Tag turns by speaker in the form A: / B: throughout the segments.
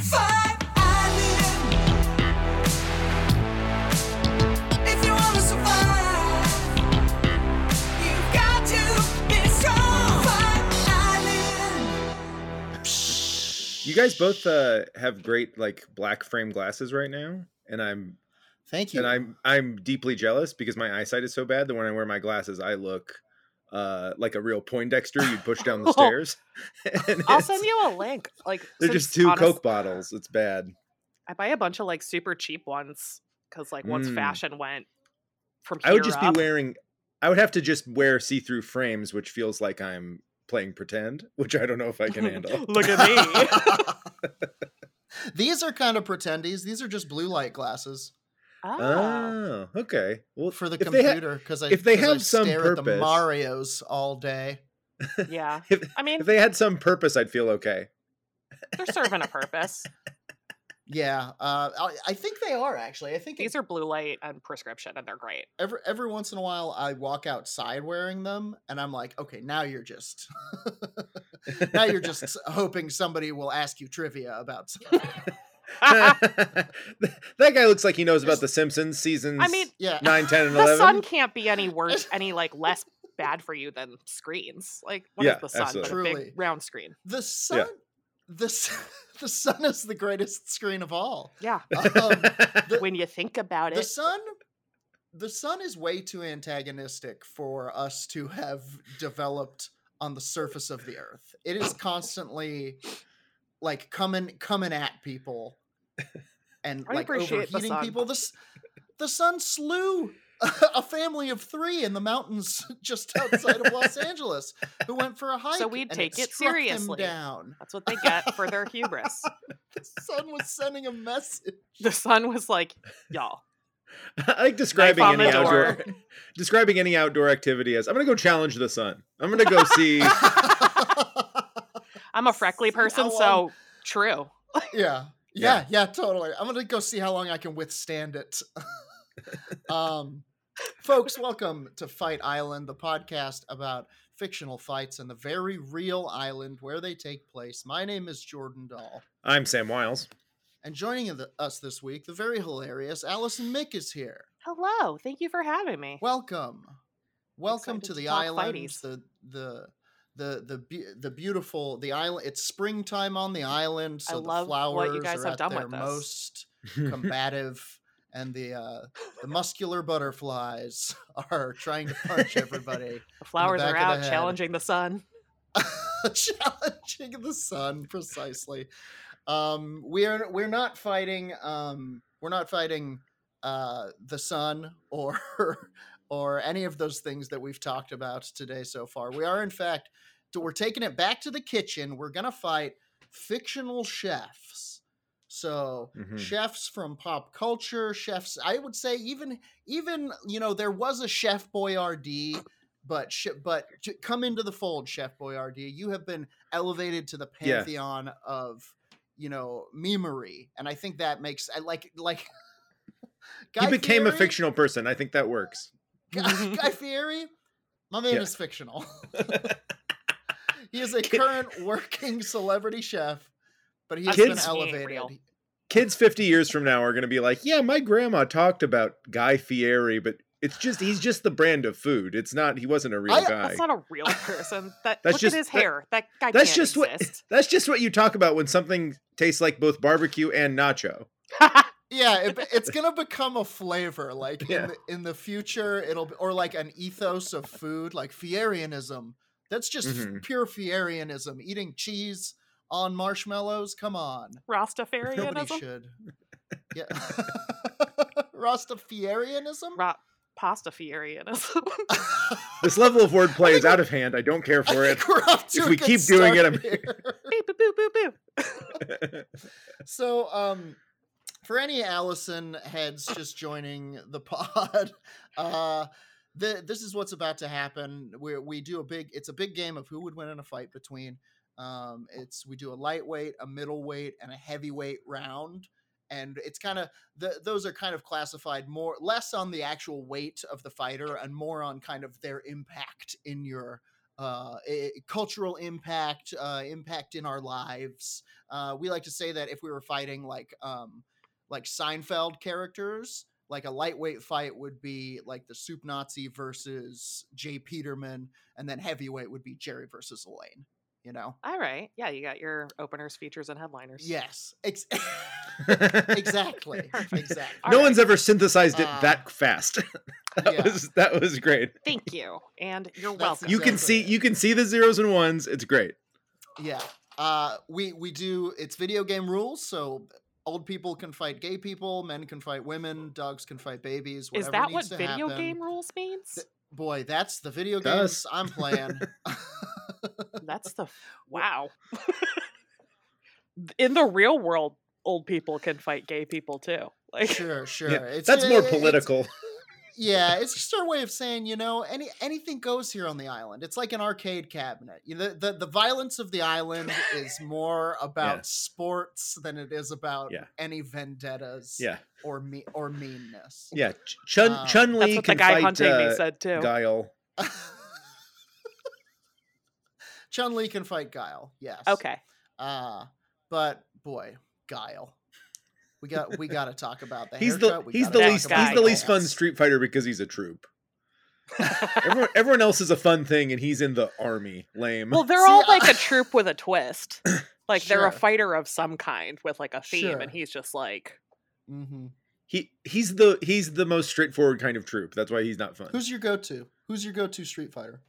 A: Fight, I need it. If you wanna survive, you've got to be strong. Fight, I need it.
B: You guys both uh, have great like black frame glasses right now, and I'm
C: Thank you.
B: and I'm I'm deeply jealous because my eyesight is so bad that when I wear my glasses, I look uh, like a real Poindexter you'd push down the stairs. And
D: Oh. I'll
B: it's-
D: send you a link. Like
B: They're
D: since,
B: just two
D: honest-
B: Coke bottles. It's bad.
D: I buy a bunch of like super cheap ones because like once
B: Mm.
D: fashion went from here
B: I would just
D: up,
B: be wearing. I would have to just wear see-through frames, which feels like I'm playing pretend, which I don't know if I can handle.
D: Look at me.
C: These are kind of pretendies. These are just blue light glasses
D: Ah.
B: oh, okay. Well,
C: for the
B: if they ha-
C: computer because I
B: if they
C: 'cause I
B: have some
C: stare at the
B: purpose-
C: Mario's all day.
D: yeah.
B: if-
D: I mean,
B: if they had some purpose, I'd feel okay.
D: they're serving a purpose.
C: Yeah, uh, I, I think they are actually. I think
D: These are blue light and prescription, and they're great.
C: every every once in a while I walk outside wearing them, and I'm like, okay, now you're just now you're just s- hoping somebody will ask you trivia about. Something.
B: that guy looks like he knows about the Simpsons seasons.
D: I mean,
C: Yeah,
B: nine, ten, and
D: the
B: eleven.
D: sun can't be any worse, any like less bad for you than screens. Like what is
B: Yeah,
D: the sun
B: absolutely.
D: but a
C: Truly.
D: big round screen?
C: the sun, the s- the sun is the greatest screen of all.
D: Yeah.
C: Um, the-
D: When you think about
C: the
D: it,
C: sun the sun is way too antagonistic for us to have developed on the surface of the earth it is constantly like coming coming at people and
D: I
C: like
D: appreciate the
C: overheating
D: sun.
C: people this the sun slew a family of three in the mountains just outside of Los Angeles who went for a hike.
D: we'd
C: and
D: take it
C: struck them
D: seriously.
C: down.
D: that's what they get for their hubris.
C: The sun was sending a message.
D: The sun was like, y'all,
B: I like describing
D: on the
B: any outdoor describing any outdoor activity as I'm gonna go challenge the sun. I'm gonna go see.
D: I'm a freckly
C: See how
D: person,
C: long-
D: so true.
C: yeah yeah yeah totally i'm gonna go see how long i can withstand it um folks welcome to fight island the podcast about fictional fights and the very real island where they take place my name is jordan dahl
B: I'm Sam Wiles.
C: and joining in the- us this week the very hilarious allison mick is here
D: Hello, thank you for having me.
C: welcome welcome
D: excited
C: to
D: to
C: the
D: talk
C: island
D: fighties.
C: the the the the be- the beautiful the island it's springtime on the island
D: I
C: so the
D: love
C: flowers
D: what you guys
C: are
D: have
C: at
D: done
C: their
D: with this.
C: most combative and the uh, the muscular butterflies are trying to punch everybody
D: the flowers
C: back of
D: are
C: the
D: out,
C: head.
D: challenging the sun.
C: challenging the sun precisely um we're we're not fighting um we're not fighting uh the sun or or any of those things that we've talked about today so far we are in fact t- we're taking it back to the kitchen we're gonna fight fictional chefs so
B: Mhm.
C: chefs from pop culture chefs i would say even even you know there was a chef boyardee but sh- but j- come into the fold chef boyardee you have been elevated to the
B: Yeah.
C: pantheon of you know memery and i think that makes i like like
B: he became a
C: Fieri-
B: fictional person. I think that works.
C: guy, Guy Fieri, my man
B: Yeah.
C: is fictional. he is a current working celebrity chef, but he has been
B: Kids-
C: elevated.
D: Real.
B: Kids 50 years from now are gonna be like, yeah, my grandma talked about Guy Fieri, but it's just he's just the brand of food. It's not he wasn't a real
C: I-
B: guy.
D: That's not a real person. That
B: That's
D: look
B: just-
D: at his
B: that-
D: hair. That, guy
B: that's
D: can't
B: just what-
D: exist.
B: That's just what you talk about when something tastes like both barbecue and nacho.
C: Yeah, it, be- it's gonna become a flavor. Like
B: Yeah.
C: in, the, in the future, it'll be, or like an ethos of food, like Fierianism. That's just f-
B: Mhm.
C: pure Fierianism. Eating cheese on marshmallows. Come on, nobody
D: Rastafarianism.
C: should. Yeah. Rastafarianism?
D: Ra- pasta fierianism.
B: This level of wordplay is out of hand. I don't care for
C: I
B: it.
C: think we're off to
B: If
C: a
B: we
C: good
B: keep doing it,
C: start
B: I'm-
C: here.
D: Beep, boop, boop, boop, boop.
C: so, um, for any Allison heads just joining the pod, uh, the, this is what's about to happen. We we do a big. It's a big game of who would win in a fight between. Um, it's we do a lightweight, a middleweight, and a heavyweight round. And it's kind of the, those are kind of classified more less on the actual weight of the fighter and more on kind of their impact in your uh, i- cultural impact, uh, impact in our lives. Uh, we like to say that if we were fighting like um, like Seinfeld characters, like a lightweight fight would be like the Soup Nazi versus Jay Peterman, and then heavyweight would be Jerry versus Elaine. You know?
D: All right. Yeah, you got your openers, features, and headliners.
C: Yes, ex-
B: exactly.
C: exactly, exactly.
D: All
B: No
D: right.
B: one's ever synthesized it
C: Uh,
B: that fast. that
C: yeah.
B: was that was great.
D: Thank you. And you're
C: That's
D: welcome.
C: exact-
B: You can see
C: Exactly.
B: you can see the zeros and ones. It's great.
C: Yeah. Uh, we we do it's video game rules, so old people can fight gay people, men can fight women, dogs can fight babies.
D: Is
C: Whatever
D: that what
C: needs to
D: video
C: happen.
D: game rules means?
C: Boy, that's the video
B: Does.
C: games I'm playing.
D: That's the wow. In the real world, old people can fight gay people too. Like
C: sure, sure.
B: Yeah,
C: It's uh,
B: That's more
C: it- it's-
B: political.
C: yeah, it's just our way of saying, you know, any anything goes here on the island. It's like an arcade cabinet. You know, the, the the violence of the island is more about
B: Yeah.
C: sports than it is about
B: Yeah.
C: any vendettas
B: Yeah,
C: or me or meanness.
B: yeah. Ch- Chun
C: Uh,
B: Chun
D: that's
B: Li
D: what the
B: can
D: guy
B: fight
D: hunting me
B: uh,
D: said too.
B: Guile.
C: Chun Li can fight Guile. Yes.
D: Okay.
C: Uh, but boy, Guile. We got we got to talk about the
B: He's the
C: haircut. we
B: he's the
C: gotta
D: That
C: talk
B: least
C: about
B: he's the
D: guy.
B: least fun
C: dance.
B: Street Fighter because he's a troop. everyone, everyone else is a fun thing, and he's in the army. Lame.
D: Well, they're
C: See,
D: all
C: I-
D: like a troop with a twist. Like they're a
C: Sure.
D: fighter of some kind with like a theme,
C: Sure.
D: and he's just like,
C: Mhm.
B: he he's the he's the most straightforward kind of troop. That's why he's not fun.
C: Who's your go-to? Who's your go-to Street Fighter?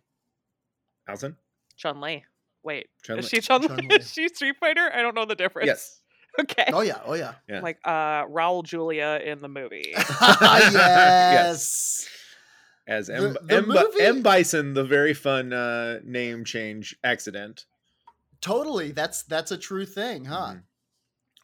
B: Allison?
D: Chun Li. Wait,
B: Chun
D: is
B: Li?
D: she Chun Li?
C: Chun-Li.
D: Is she Street Fighter? I don't know the difference.
B: Yes.
D: Okay.
C: Oh yeah, oh yeah.
B: Yeah.
D: Like uh Raul Julia in the movie.
C: yes.
B: As
C: The-
B: M,
C: the
B: M, Bi- M
C: movie-
B: Bison, the very fun uh, name change accident.
C: Totally. That's that's a true thing, huh?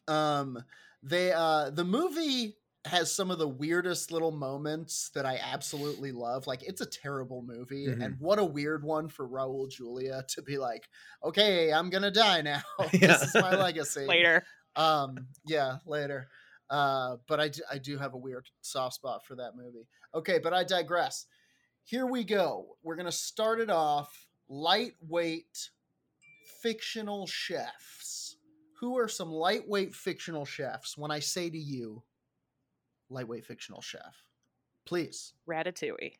B: Mhm.
C: Um they uh the movie has some of the weirdest little moments that I absolutely love. Like it's a terrible movie
B: Mhm.
C: and what a weird one for Raul Julia to be like, "Okay, I'm going to die now.
B: Yeah.
C: this is my legacy."
D: Later.
C: um yeah later uh but i do, i do have a weird soft spot for that movie okay but i digress here we go we're gonna start it off lightweight fictional chefs who are some lightweight fictional chefs when i say to you lightweight fictional chef please
D: Ratatouille.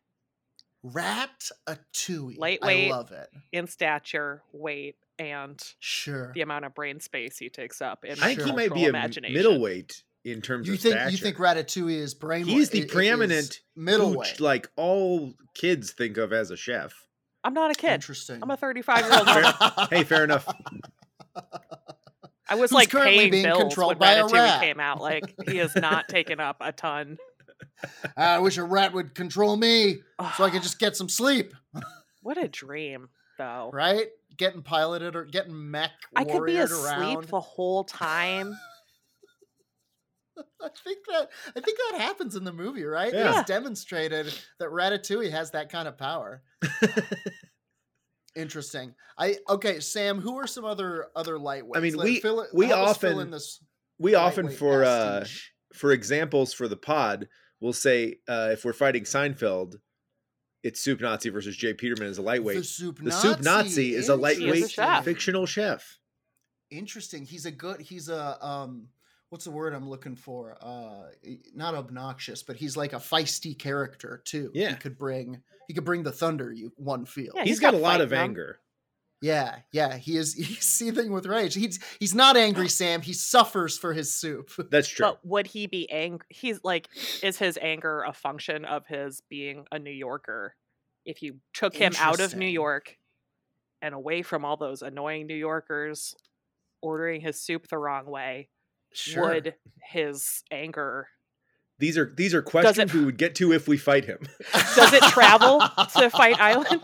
C: rat a tui i
D: Lightweight.
C: love it
D: In stature, weight, and
C: sure
D: the amount of brain space he takes up in
B: I think he
D: cultural
B: might be a m-
D: imagination.
B: middleweight in terms
C: you
B: of
C: think
B: stature.
C: you think ratatouille is brain
B: He's the preeminent
C: middle
B: Which, like all kids think of as a chef.
D: I'm not a kid.
C: Interesting.
D: I'm a 35 year old woman.
B: Hey, fair enough.
D: I
C: Who's
D: was like
C: currently
D: paying
C: being
D: bills
C: controlled
D: when
C: by a
D: Ratatouille
C: rat.
D: came out. Like he has not taken up a ton.
C: I wish a rat would control me so I could just get some sleep,
D: what a dream, though.
C: right? Getting piloted or getting mech
D: I could be
C: warriored
D: asleep
C: around.
D: the whole time.
C: I think that I think that happens in the movie, right?
B: Yeah.
C: It's demonstrated that Ratatouille has that kind of power. Interesting. I okay, Sam. Who are some other other lightweights?
B: mean,
C: Let-
B: we-
C: fill it-
B: we
C: help us fill
B: often-
C: in this
B: We often
C: lightweight
B: for uh,
C: pastiche.
B: for examples for the pod, we'll say uh, if we're fighting Seinfeld, it's Soup Nazi versus Jay Peterman as a lightweight.
C: the soup
B: the Soup Nazi is a lightweight
D: chef.
C: Interesting.
B: fictional chef.
C: interesting he's a good he's a um what's the word i'm looking for uh e- not obnoxious but he's like a feisty character too
B: Yeah.
C: he could bring he could bring the thunder you one feel
D: Yeah,
C: yeah
D: he's
B: he's got,
D: got
B: a lot
D: fight
B: of
D: in him.
B: anger.
C: yeah, he is he's seething with rage he's he's not angry sam he suffers for his soup
B: That's true.
D: But would he be angry? He's like, is his anger a function of his being a New Yorker? If you took him out of New
C: Interesting.
D: York and away from all those annoying New Yorkers ordering his soup the wrong way,
C: Sure.
D: would his anger
B: These are these are
D: it-
B: questions we would get to if we fight him.
D: Does it travel to Fight Island?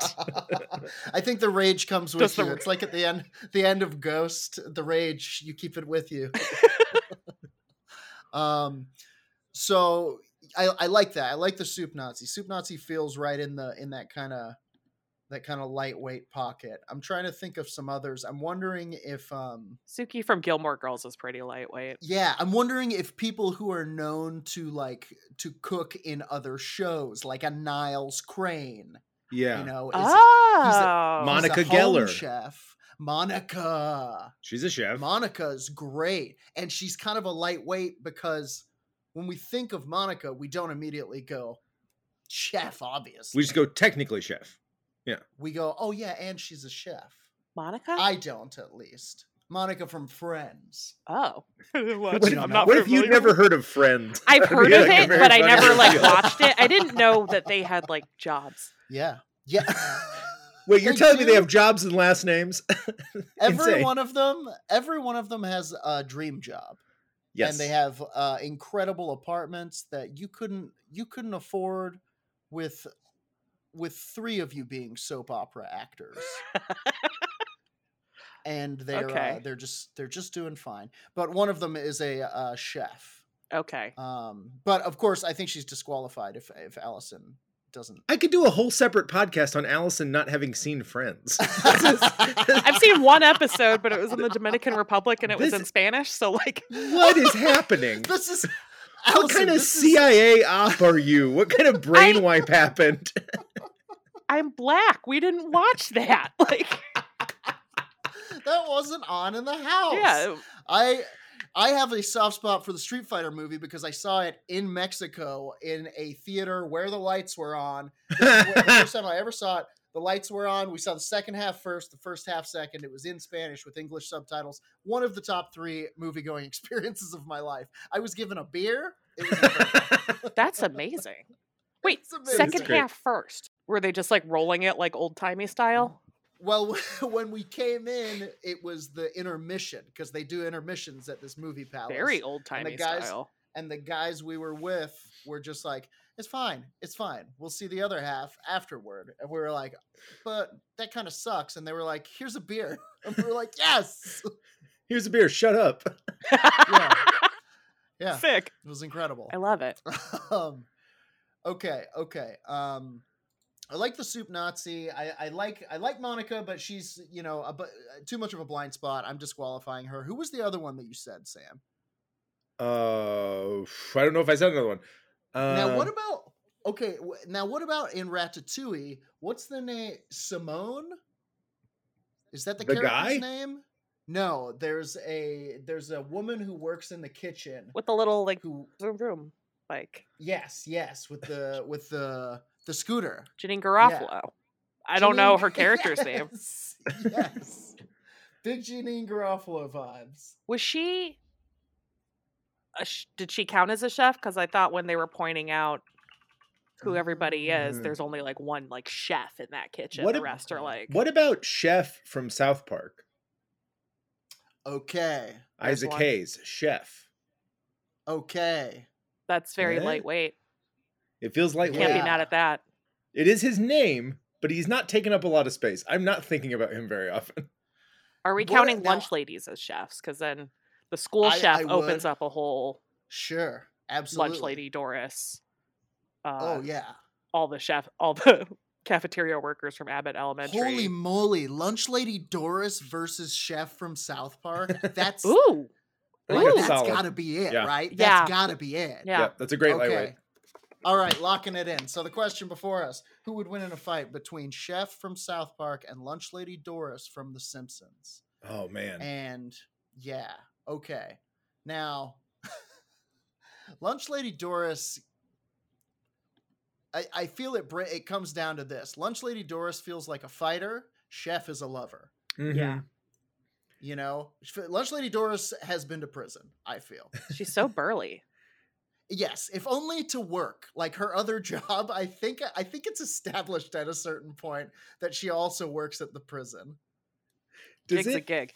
C: I think the rage comes with
D: Does the-
C: you. It's like at the end, the end of Ghost, the rage you keep it with you. um, so I, I like that. I like the soup Nazi. Soup Nazi feels right in the in that kind of that kind of lightweight pocket. I'm trying to think of some others. I'm wondering if um,
D: Suki from Gilmore Girls is pretty lightweight.
C: Yeah, I'm wondering if people who are known to like to cook in other shows, like a Niles Crane,
B: Yeah,
C: you know, is,
D: Oh,
C: is
B: Monica
C: a home
B: Geller.
C: chef. Monica,
B: she's a chef.
C: Monica's great, and she's kind of a lightweight because when we think of Monica, we don't immediately go chef. Obviously,
B: we just go technically chef.
C: we go, oh yeah, and she's a chef.
D: Monica.
C: I don't, at least. Monica from Friends.
D: oh,
B: What,
C: What-
B: if-
C: I'm
B: what
C: not
B: if you'd never heard of Friends?
D: I've
B: That'd
D: heard
B: be,
D: of
B: like, a
D: it,
B: very
D: but I
B: funny
D: never like
B: reveal.
D: watched it. I didn't know that they had like jobs.
C: Yeah, yeah.
B: Wait, you're
C: They
B: telling me they
C: do.
B: have jobs and last names?
C: every
B: Insane.
C: one of them every one of them has a dream job
B: Yes.
C: and they have uh, incredible apartments that you couldn't you couldn't afford with with three of you being soap opera actors and they're uh,
D: Okay.
C: they're just they're just doing fine but one of them is a uh, chef
D: Okay.
C: um, but of course i think she's disqualified if if allison doesn't
B: I could do a whole separate podcast on Allison not having seen Friends. This is-
D: I've seen one episode, but it was in the Dominican Republic and it was
B: This-
D: in Spanish. So, like,
B: what is happening?
C: this is
B: What
C: Allison,
B: kind of
C: this is-
B: CIA op are you? What kind of brain wipe happened?
D: I'm black. We didn't watch that. Like,
C: that wasn't on in the house
D: yeah,
C: I I have a soft spot for the Street Fighter movie because I saw it in Mexico in a theater where the lights were on. Where the first time I ever saw it, the lights were on. We saw the second half first, the first half second. It was in Spanish with English subtitles. One of the top three movie going experiences of my life. I was given a beer. It was incredible.
D: that's amazing. Wait,
C: It's amazing.
D: second
B: great.
D: half first. Were they just like rolling it like old timey style?
C: well, when we came in, it was the intermission because they do intermissions at this movie palace.
D: Very old timey
C: guys-
D: style.
C: and the guys we were with were just like, "It's fine, it's fine. We'll see the other half afterward." And we were like, "But that kind of sucks." And they were like, "Here's a beer," and we were like, "Yes,
B: Here's a beer. Shut up.
C: yeah, yeah."
D: Sick.
C: It was incredible.
D: I love it.
C: um, okay, okay. Um, I like the soup Nazi. I, I like I like Monica, but she's you know a, bu- uh, too much of a blind spot. I'm disqualifying her. Who was the other one that you said, Sam?
B: Uh, I don't know if I said another one. Uh,
C: Now what about okay? wh- Now what about in Ratatouille? What's the name? Simone? Is that the,
B: The
C: character's
B: guy?
C: name? No, there's a there's a woman who works in the kitchen.
D: With the little like
C: Who?
D: room, room, like
C: Yes, yes, with the with the the scooter.
D: Janine Garofalo. I don't know her character's name.
C: name. Yes, big Janine Garofalo vibes.
D: Was she? A sh- did she count as a chef? Because I thought when they were pointing out who everybody is,
B: Mm.
D: there's only like one like chef in that kitchen.
B: What
D: the
B: ab-
D: rest are like
B: what about Chef from South Park?
C: Okay,
D: There's
B: Isaac
D: one.
B: Hayes, Chef.
C: okay.
D: that's very
B: Yeah.
D: lightweight.
B: It feels
D: Can't
B: lightweight.
D: be mad
C: Yeah.
D: at that.
B: It is his name, but he's not taking up a lot of space. I'm not thinking about him very often.
D: Are we
C: What-
D: counting
C: now-
D: lunch ladies as chefs? Because then the school
C: I-
D: chef
C: I
D: opens
C: would.
D: up a whole
C: Sure, absolutely.
D: lunch lady Doris. Uh,
C: Oh yeah.
D: all the chef, all the cafeteria workers from Abbott Elementary.
C: Holy moly, Lunch Lady Doris versus Chef from South Park. That's
D: Ooh,
C: like,
D: Ooh.
C: that's
B: Solid.
C: gotta be it,
B: Yeah.
C: right?
D: Yeah.
C: That's gotta be it.
D: yeah.
B: Yep, that's a great lightweight.
C: Okay. All right, locking it in. So the question before us, who would win in a fight between Chef from South Park and Lunch Lady Doris from The Simpsons?
B: Oh man.
C: And yeah, okay. Now, Lunch Lady Doris, I, I feel it. br- It comes down to this: Lunch Lady Doris feels like a fighter. Chef is a lover.
D: Yeah.
C: You know, Sh- Lunch Lady Doris has been to prison. I feel
D: She's so burly.
C: yes, if only to work like her other job. I think I think it's established at a certain point that she also works at the prison.
B: Does
D: Gig's a
B: it
D: gig.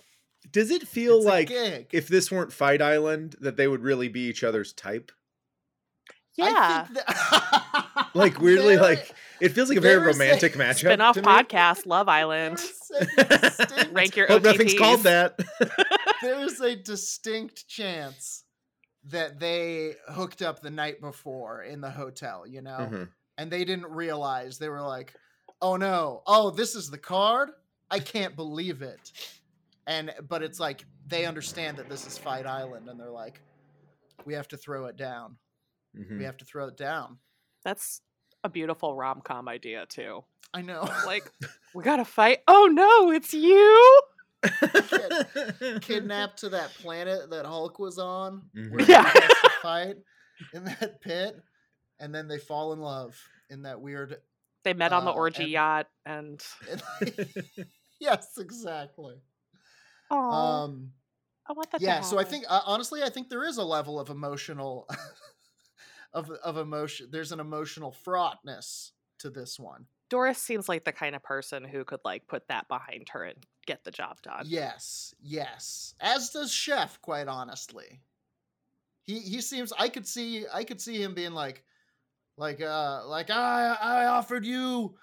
B: Does it feel
C: It's a
B: like
C: gig.
B: if this weren't Fight Island, that they would really be each other's type?
D: Yeah.
C: think that-
B: Like weirdly,
C: There-
B: like it feels like a very
C: there is a
B: romantic matchup.
D: Spin off
B: to me.
D: podcast, Love
C: there
D: Island.
C: is a distinct-
D: Rank your
B: Hope nothing's called
D: OTPs.
B: that.
C: there is a distinct chance that they hooked up the night before in the hotel, you know,
B: Mhm.
C: and they didn't realize. They were like, "Oh no! Oh, this is the card! I can't believe it!" And but it's like they understand that this is Fight Island, and they're like, "We have to throw it down.
B: Mhm.
C: We have to throw it down."
D: That's a beautiful rom com idea too.
C: I know.
D: Like we gotta fight. Oh no, it's you.
C: kidnapped to that planet that Hulk was on,
B: Mhm.
C: where
D: Yeah.
C: he has to fight in that pit, and then they fall in love in that weird.
D: They met on the
C: Uh,
D: orgy
C: and-
D: yacht and
C: yes, exactly.
D: oh,
C: Um,
D: I want that. to
C: yeah, so I
D: happen.
C: think uh, honestly, I think there is a level of emotional, of of emotion. There's an emotional fraughtness to this one.
D: Doris seems like the kind of person who could like put that behind her and get the job done.
C: Yes, yes. As does Chef, quite honestly. He he seems I could see I could see him being like like uh like I I offered you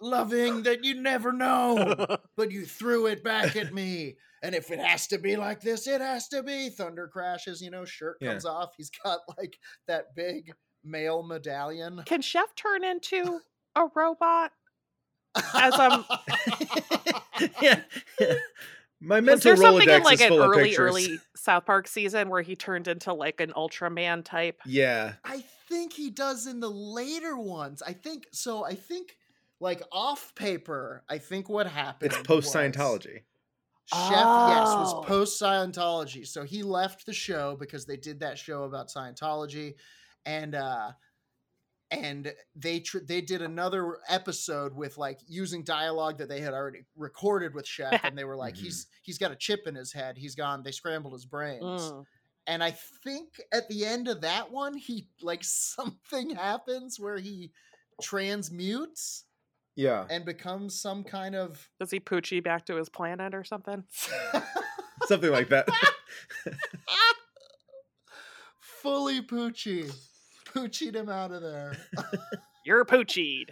C: loving that you never know, but you threw it back at me. And if it has to be like this, it has to be. Thunder crashes, you know, shirt
B: Yeah.
C: comes off. He's got like that big male medallion.
D: Can Chef turn into a robot? As I'm-
B: yeah. My
D: Was
B: mental
D: there something
B: Rolodex
D: in like
B: is
D: an
B: full of
D: early,
B: pictures.
D: early South Park season where he turned into like an Ultraman type?
B: Yeah.
C: I think he does in the later ones. I think so. I think like off paper. I think what happened.
B: It's post Scientology.
C: was Chef, yes,
D: Oh.
C: was post Scientology. So he left the show because they did that show about Scientology, and uh, and they tr- they did another episode with like using dialogue that they had already recorded with Chef, and they were like,
B: Mhm.
C: he's he's got a chip in his head. He's gone. They scrambled his brains
D: Mm.
C: and I think at the end of that one, he like something happens where he transmutes
B: Yeah.
C: and becomes some kind of
D: Does he poochie back to his planet or something?
B: Something like that.
C: fully poochie, poochied him out of there.
D: You're poochied.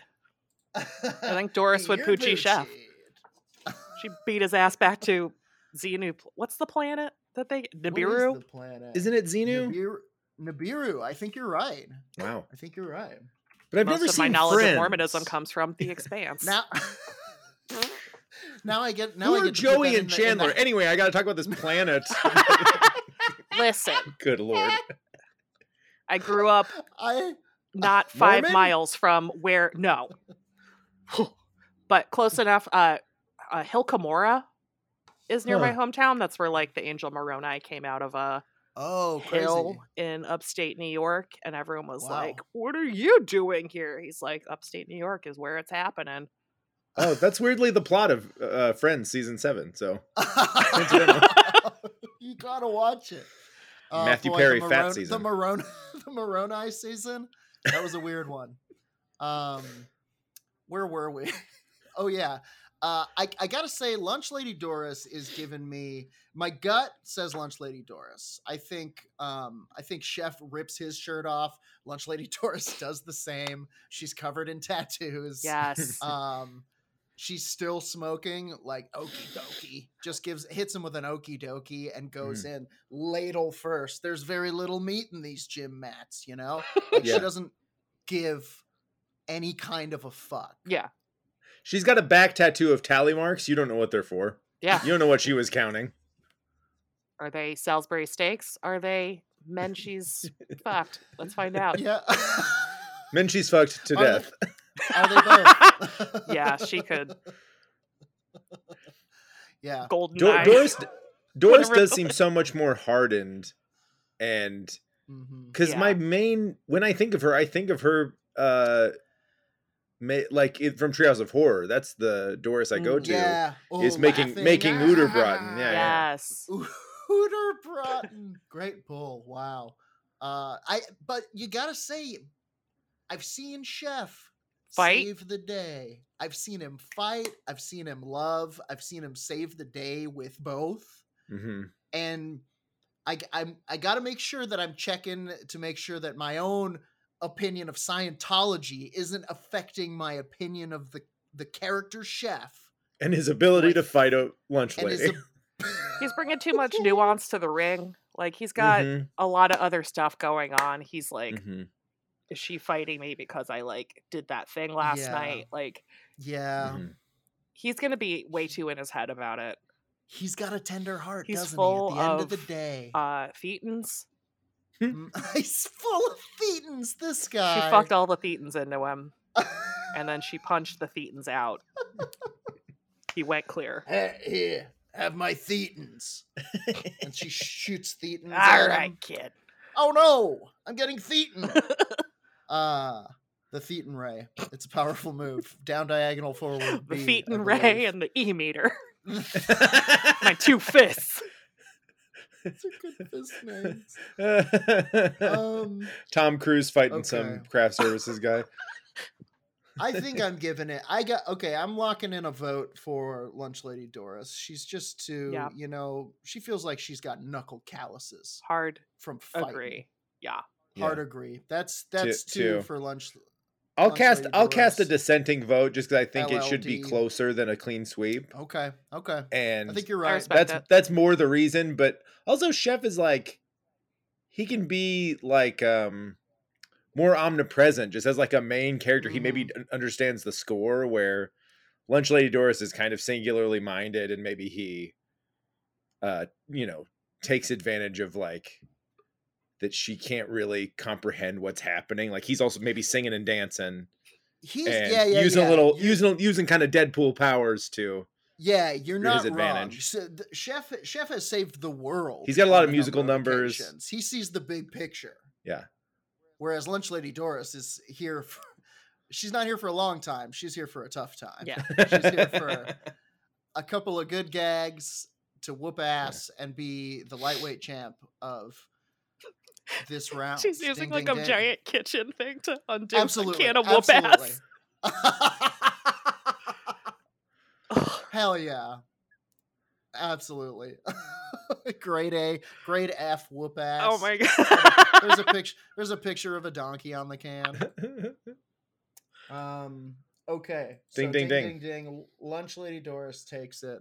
D: I think Doris would
C: You're
D: poochie Chef.
C: poochied.
D: She beat his ass back to Xenu. pl- What's the planet that they?
C: What is
D: Nibiru?
C: the planet?
B: Isn't it Xenu?
C: Nibiru? Nibiru. I think you're right.
B: Wow.
C: I think you're right.
B: But I've
D: Most
B: never
D: of
B: seen
D: my knowledge
B: Friends.
D: of Mormonism comes from The Expanse.
C: Now. Now I get. Now
B: Who
C: I
B: are
C: get to put
B: Joey
C: that in
B: and
C: the- in the-
B: Chandler? Anyway, I got to talk about this planet.
D: Listen,
B: Good lord.
D: I grew up
C: I
D: not five
B: Mormon?
D: miles from where no but close enough uh, uh hill Cumorah is near my hometown that's where like the angel moroni came out of uh, a
C: oh crazy.
D: hill in upstate new york and everyone was
C: Wow.
D: like what are you doing here he's like upstate new york is where it's happening
B: Oh, that's weirdly the plot of uh, Friends season seven. So
C: you gotta watch it. Uh,
B: Matthew Perry,
C: the
B: fat
C: Maroon-
B: season.
C: The Marone, the Moroni season. That was a weird one. Um, where were we? Oh yeah, uh, I I gotta say, Lunch Lady Doris is giving me my gut says Lunch Lady Doris. I think um, I think Chef rips his shirt off. Lunch Lady Doris does the same. She's covered in tattoos.
D: yes
C: Um, she's still smoking, like okie dokie. Just gives hits him with an okie dokie and goes
B: Mm.
C: in ladle first. There's very little meat in these gym mats, you know. Like
B: Yeah.
C: She doesn't give any kind of a fuck.
D: yeah
B: she's got a back tattoo of tally marks. You don't know what they're for.
D: yeah
B: You don't know what she was counting.
D: are they salisbury steaks are they men she's fucked let's find out
C: Yeah.
B: Men she's fucked to
C: Are they-
B: death.
C: Are they both?
D: yeah she could
C: Yeah.
D: golden
B: Dor-
D: eyes.
B: Doris, Doris
D: Whatever.
B: does seem so much more hardened, and
C: hmm
B: because my
D: Yeah.
B: main when I think of her, I think of her, uh, ma- like it, from Treehouse of Horror. That's the Doris I go
D: Mm.
B: to.
C: Yeah.
B: is
C: Oh,
B: making-
C: laughing.
B: making Uderbraten, yeah, yeah.
D: yes
C: Hooterbraten. Great bull. Wow. Uh I but you gotta say I've seen Chef
D: Fight?
C: save the day. I've seen him fight, I've seen him love, I've seen him save the day with both.
B: hmm
C: and I g- I'm I got to make sure that I'm checking to make sure that my own opinion of Scientology isn't affecting my opinion of the the character chef
B: And his ability to fight a lunch
C: and
B: lady.
C: is a,
D: He's bringing too much nuance to the ring. Like he's got
C: Mm-hmm.
B: Mhm,
D: a lot of other stuff going on. He's like,
B: mhm.
D: is she fighting me because I like did that thing last
C: Yeah.
D: night? Like
C: yeah.
B: Mhm.
D: he's gonna be way too in his head about it.
C: He's got a tender heart,
D: He's
C: doesn't
D: full
C: he? At the end of,
D: of,
C: the day,
D: Uh Thetans.
C: Mm, he's full of thetans. This guy.
D: She fucked all the Thetans into him and then she punched the Thetans out. he went clear.
C: Here, have my thetans. and she shoots thetans. at
D: All
C: him.
D: right, kid.
C: Oh no, I'm getting thetan. uh the thetan ray. It's a powerful move. Down diagonal forward.
D: The
C: B,
D: feet
C: I
D: and Ray
C: believe.
D: and the E meter.
B: mm-hmm.
D: My two fists.
C: It's a good fist name. Um,
B: Tom Cruise fighting some
C: okay.
B: craft services guy.
C: I think I'm giving it. I got okay. I'm locking in a vote for Lunch Lady Doris. She's just too,
D: Yeah.
C: you know, she feels like she's got knuckle calluses
D: Hard
C: from fighting.
D: agree. Yeah.
B: Yeah.
C: Hard agree. That's that's two,
B: two.
C: for lunch.
B: I'll
C: Lunch
B: cast
C: Lady
B: I'll cast a
C: Doris.
B: dissenting vote just because I think it should be
C: LLD.
B: closer than a clean sweep.
C: Okay, okay.
B: And
C: I think you're
D: I
C: right.
D: respect-
B: that's
D: that.
B: that's more the reason but also chef is like he can be like um more omnipresent just as like a main character he
C: Mm.
B: maybe un- understands the score where lunch lady doris is kind of singularly minded and maybe he uh you know takes advantage of like that she can't really comprehend what's happening like he's also maybe singing and dancing
C: He's
B: and
C: yeah, yeah,
B: using
C: yeah.
B: a little using using kind of deadpool powers to
C: Yeah, you're
B: to his
C: not wrong.
B: advantage.
C: So th- Chef Chef has saved the world.
B: He's got a lot
C: on
B: of musical
C: number of
B: numbers.
C: occasions. He sees the big picture.
B: Yeah.
C: Whereas Lunch Lady Doris is here for she's not here for a long time. She's here for a tough time.
D: Yeah.
C: She's here for- A couple of good gags to whoop ass and be the lightweight champ of this round.
D: She's using
C: Ding,
D: like
C: ding,
D: a
C: ding.
D: giant kitchen thing to undo
C: absolutely,
D: a can of whoop
C: absolutely.
D: ass. Ugh.
C: Hell yeah. Absolutely. grade A, grade F whoop ass.
D: Oh my
C: There's
D: god.
C: a picture there's a picture of a donkey on the can. Um okay.
B: Ding, ding,
C: ding ding ding. Lunch Lady Doris takes it.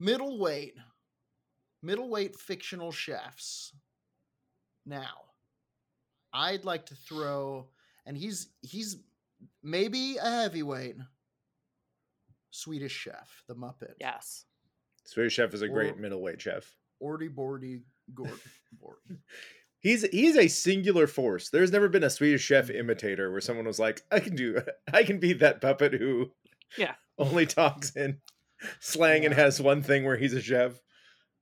C: Middleweight. Middleweight fictional chefs. Now, I'd like to throw and he's he's maybe a heavyweight. Swedish chef, the Muppet.
D: yes.
B: Swedish chef is a great
C: Or-
B: middleweight chef
C: Ordy Bordy Gord Bordy.
B: He's he's a singular force. There's never been a Swedish chef imitator where someone was like, I can do I can be that puppet who
D: Yeah.
B: only talks in slang and
C: Yeah.
B: has one thing where he's a chef.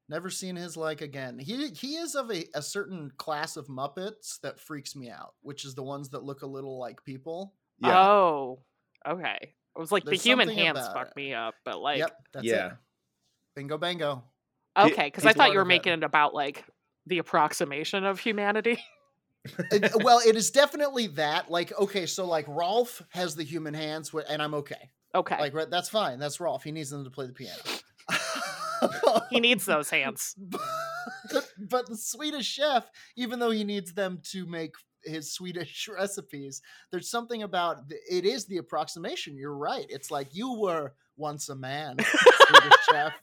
C: Never seen his like again. He he is of a, a certain class of Muppets that freaks me out, which is the ones that look a little like people. Um,
B: Yeah.
D: Oh. Okay. It was like
C: There's
D: the human
C: something
D: hands
C: about
D: fucked
C: it.
D: me up, but like
C: yep, that's it.
B: yeah.
C: Bingo bango.
B: Pe-
D: okay, because I
C: people
D: thought you
C: are
D: were
C: the
D: making
C: vet.
D: it about like the approximation of humanity.
C: It- Uh, well, it is definitely that. Like, okay, so like Rolf has the human hands, wh- and I'm okay.
D: Okay.
C: Like, right, that's fine. That's Rolf. He needs them to play the piano.
D: he needs those hands.
C: but, but the Swedish chef, even though he needs them to make his Swedish recipes, there's something about th- it is the approximation. You're right. It's like you were once a man, Swedish chef,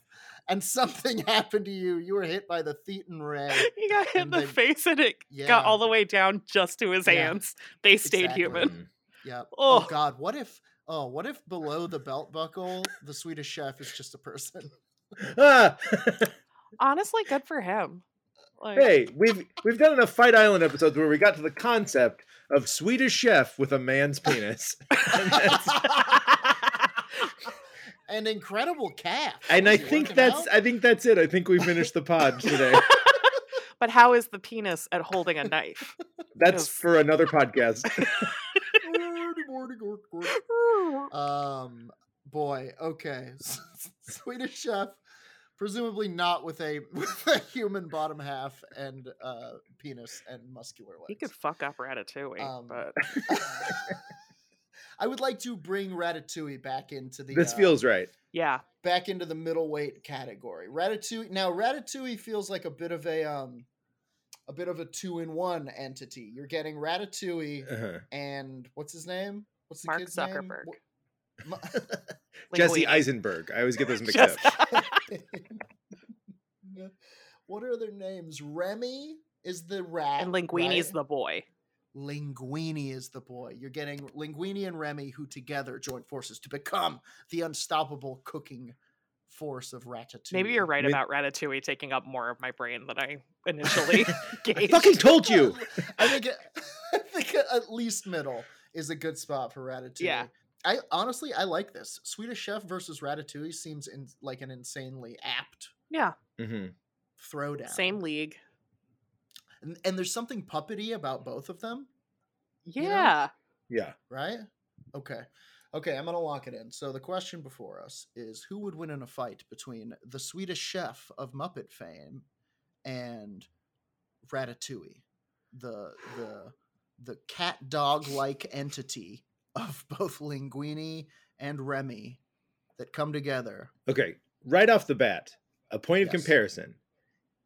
C: and something happened to you. You were hit by the thetan ray.
D: He got hit in
C: And
D: the
C: they-
D: face and it
C: Yeah.
D: got all the way down just to his
C: Yeah.
D: hands. They stayed
C: Exactly.
D: human.
C: Yeah. Oh.
D: Oh.
C: God. What if? Oh, what if below the belt buckle, the Swedish chef is just a person?
B: Ah!
D: Honestly, good for him. Like,
B: hey, we've we've done enough Fight Island episodes where we got to the concept of Swedish chef with a man's penis. And that's-
C: and incredible calf.
B: And I
C: Is it
B: think
C: working
B: that's
C: out?
B: I think that's it. I think we finished the pod today.
D: But how is the penis at holding a knife?
B: That's
D: Yes.
B: for another podcast.
C: um, boy. Okay, Swedish Chef, presumably not with a with a human bottom half and uh, penis and muscular legs.
D: he could fuck up Ratatouille,
C: Um,
D: but
C: I would like to bring Ratatouille back into the
B: This
C: uh,
B: feels right.
D: yeah,
C: back into the middleweight category. Ratatouille now Ratatouille feels like a bit of a um a bit of a two in one entity. You're getting Ratatouille
B: Uh-huh.
C: and what's his name? What's the
D: Mark
C: kid's name?
D: Zuckerberg.
C: Wh- Ma-
B: Jesse
D: Linguini.
B: Eisenberg. I always get those mixed
D: Just-
B: up.
C: what are their names? Remy is the rat.
D: and Linguini's
C: right?
D: the boy.
C: Linguini is the boy. You're getting Linguini and Remy, who together join forces to become the unstoppable cooking force of Ratatouille.
D: Maybe you're right
B: Mid-
D: about Ratatouille taking up more of my brain than I initially gauged.
B: Fucking told you.
C: I think I think at least middle is a good spot for Ratatouille.
D: Yeah.
C: I honestly I like this. Swedish Chef versus Ratatouille seems in, like an insanely apt
D: yeah,
B: hmm
C: throwdown.
D: same league.
C: and, and there's something puppety about both of them,
D: Yeah,
C: know?
B: Yeah.
C: right? Okay. Okay, I'm gonna lock it in. So the question before us is who would win in a fight between the Swedish chef of Muppet fame and Ratatouille, the the the cat dog like entity of both Linguini and Remy that come together.
B: Okay. Right off the bat, a point of
C: Yes.
B: comparison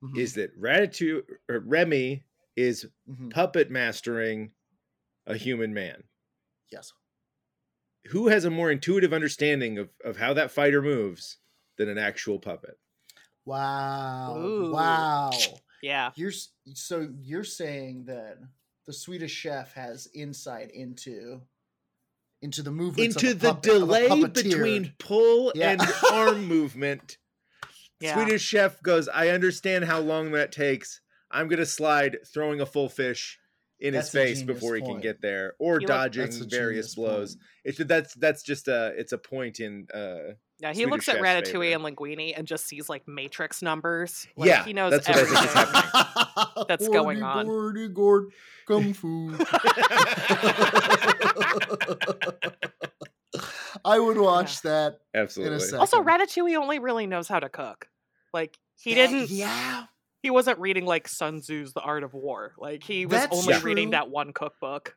C: Mhm,
B: is that Ratatouille or Remy is
C: mhm,
B: puppet mastering a human man.
C: yes.
B: Who has a more intuitive understanding of, of how that fighter moves than an actual puppet?
C: Wow.
D: Ooh.
C: Wow.
D: yeah.
C: You're s- so you're saying that the Swedish chef has insight into into the movements of a
B: Into the
C: puppet- of a
B: delay
C: puppeteered-
B: between pull
C: Yeah.
B: and arm movement.
D: Yeah.
B: Swedish chef goes, I understand how long that takes. I'm gonna slide throwing a full fish in
C: That's a
B: his face
C: genius
B: before he can
C: point.
B: get there, or
D: He looked-
B: dodging
C: That's a
B: various
C: genius
B: blows.
C: point.
B: It's that's that's just a it's a point in uh
D: Yeah, he
B: Swedish
D: looks at
B: chef's
D: Ratatouille
B: favorite.
D: and Linguini and just sees like matrix numbers. Like,
B: Yeah,
D: he knows
B: that's what I
D: everything.
B: think is happening.
D: that's
C: Gordy,
D: going on.
C: Gordy, Gord, kung fu. I would watch that.
B: absolutely
C: second.
D: also,
C: Fucking-
D: Ratatouille only really knows how to cook. Like he
C: That-
D: didn't.
C: Yeah,
D: He wasn't reading like Sun Tzu's The Art of War. Like he was
C: That's
D: only
C: Yeah.
D: reading
C: true.
D: that one cookbook.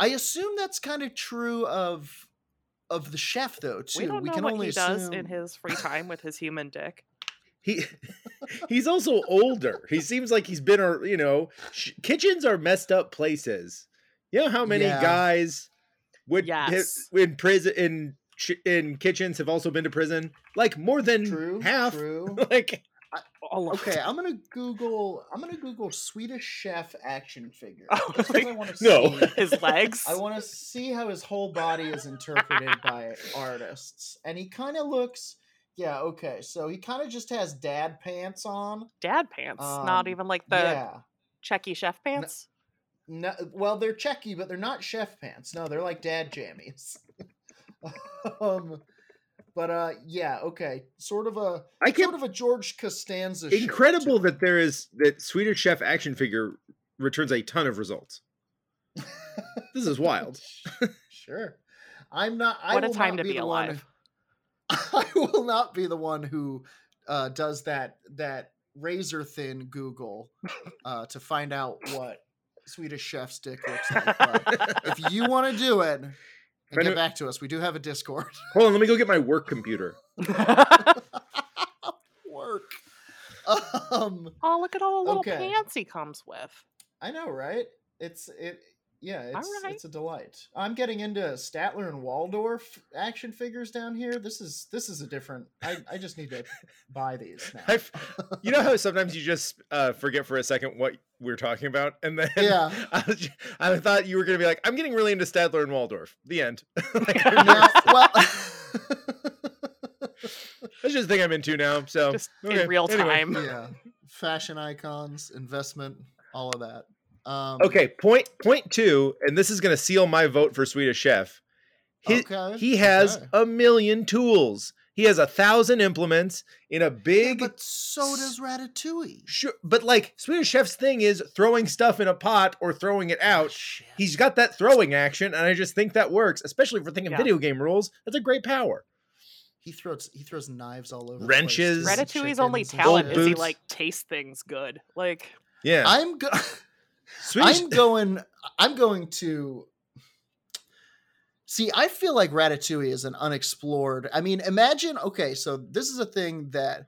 C: I assume that's kind of true of of the chef though too.
D: we don't know
C: can
D: what
C: only
D: he does
C: assume.
D: in his free time with his human dick.
B: He he's also older. He seems like he's been, ar- you know, sh- kitchens are messed up places. You know how many
C: Yeah.
B: guys would hi-
D: Yes.
B: in prison in sh- in kitchens have also been to prison? Like more than
C: true
B: half.
C: True.
B: like
D: All of
C: Okay,
D: it.
C: I'm gonna Google. I'm gonna Google Swedish Chef action figure.
D: Oh,
C: just 'cause
D: like,
C: I wanna
B: no.
C: see-
D: his legs.
C: I want to see how his whole body is interpreted by artists, and he kind of looks. Yeah. Okay. So he kind of just has dad pants on.
D: Dad pants, not
C: Um,
D: even like the
C: yeah.
D: Checky chef pants.
C: No, well, they're checky, but they're not chef pants. No, they're like dad jammies. um, but uh, yeah. Okay. Sort of a
B: I can't
C: sort of a George Costanza. shape to
B: incredible
C: it.
B: that there is that Swedish Chef action figure returns a ton of results. This is wild.
C: sure. I'm not. I
D: What a
C: will
D: time
C: not
D: to be
C: the one-
D: alive.
C: I will not be the one who uh, does that that razor thin Google uh, to find out what Swedish chef's dick looks like. But if you want to do it, and
B: Friend
C: get
B: of-
C: back to us. We do have a Discord
B: Hold on, let me go get my work computer.
C: work. Um,
D: oh, look at all the little
C: Okay.
D: pants he comes with.
C: I know, right? It's it. Yeah, it's
D: right.
C: it's a delight. I'm getting into Statler and Waldorf action figures down here. This is this is a different. I, I just need to buy these now.
B: I f- you know how sometimes you just uh, forget for a second what we're talking about, and then
C: Yeah.
B: I, was ju- I thought you were going to be like, "I'm getting really into Stadler and Waldorf." The end. Like, I'm
C: No,
B: just-
C: well,
B: that's just the thing I'm into now.
C: Oh,
B: So
D: Just
B: okay,
D: in real
B: anyway.
D: time.
C: yeah, fashion icons, investment, all of that. Um,
B: Okay, point point two, and this is going to seal my vote for Swedish Chef. He,
C: Okay,
B: he has
C: okay.
B: a million tools. He has a thousand implements in a
C: Yeah,
B: big.
C: but so does Ratatouille.
B: Sure, but like Swedish Chef's thing is throwing stuff in a pot or throwing it out.
C: Shit.
B: He's got that throwing action, and I just think that works, especially for thinking
D: Yeah.
B: video game rules. That's a great power.
C: He throws he throws knives all over. the place,
B: Wrenches.
C: and
D: Ratatouille's only
C: chickens and
D: talent
C: shit.
D: is he
B: boots.
D: like tastes things good. Like
B: Yeah,
C: I'm go-
B: Swedish.
C: I'm going I'm going to See, I feel like Ratatouille is an unexplored. I mean, imagine, okay, so this is a thing that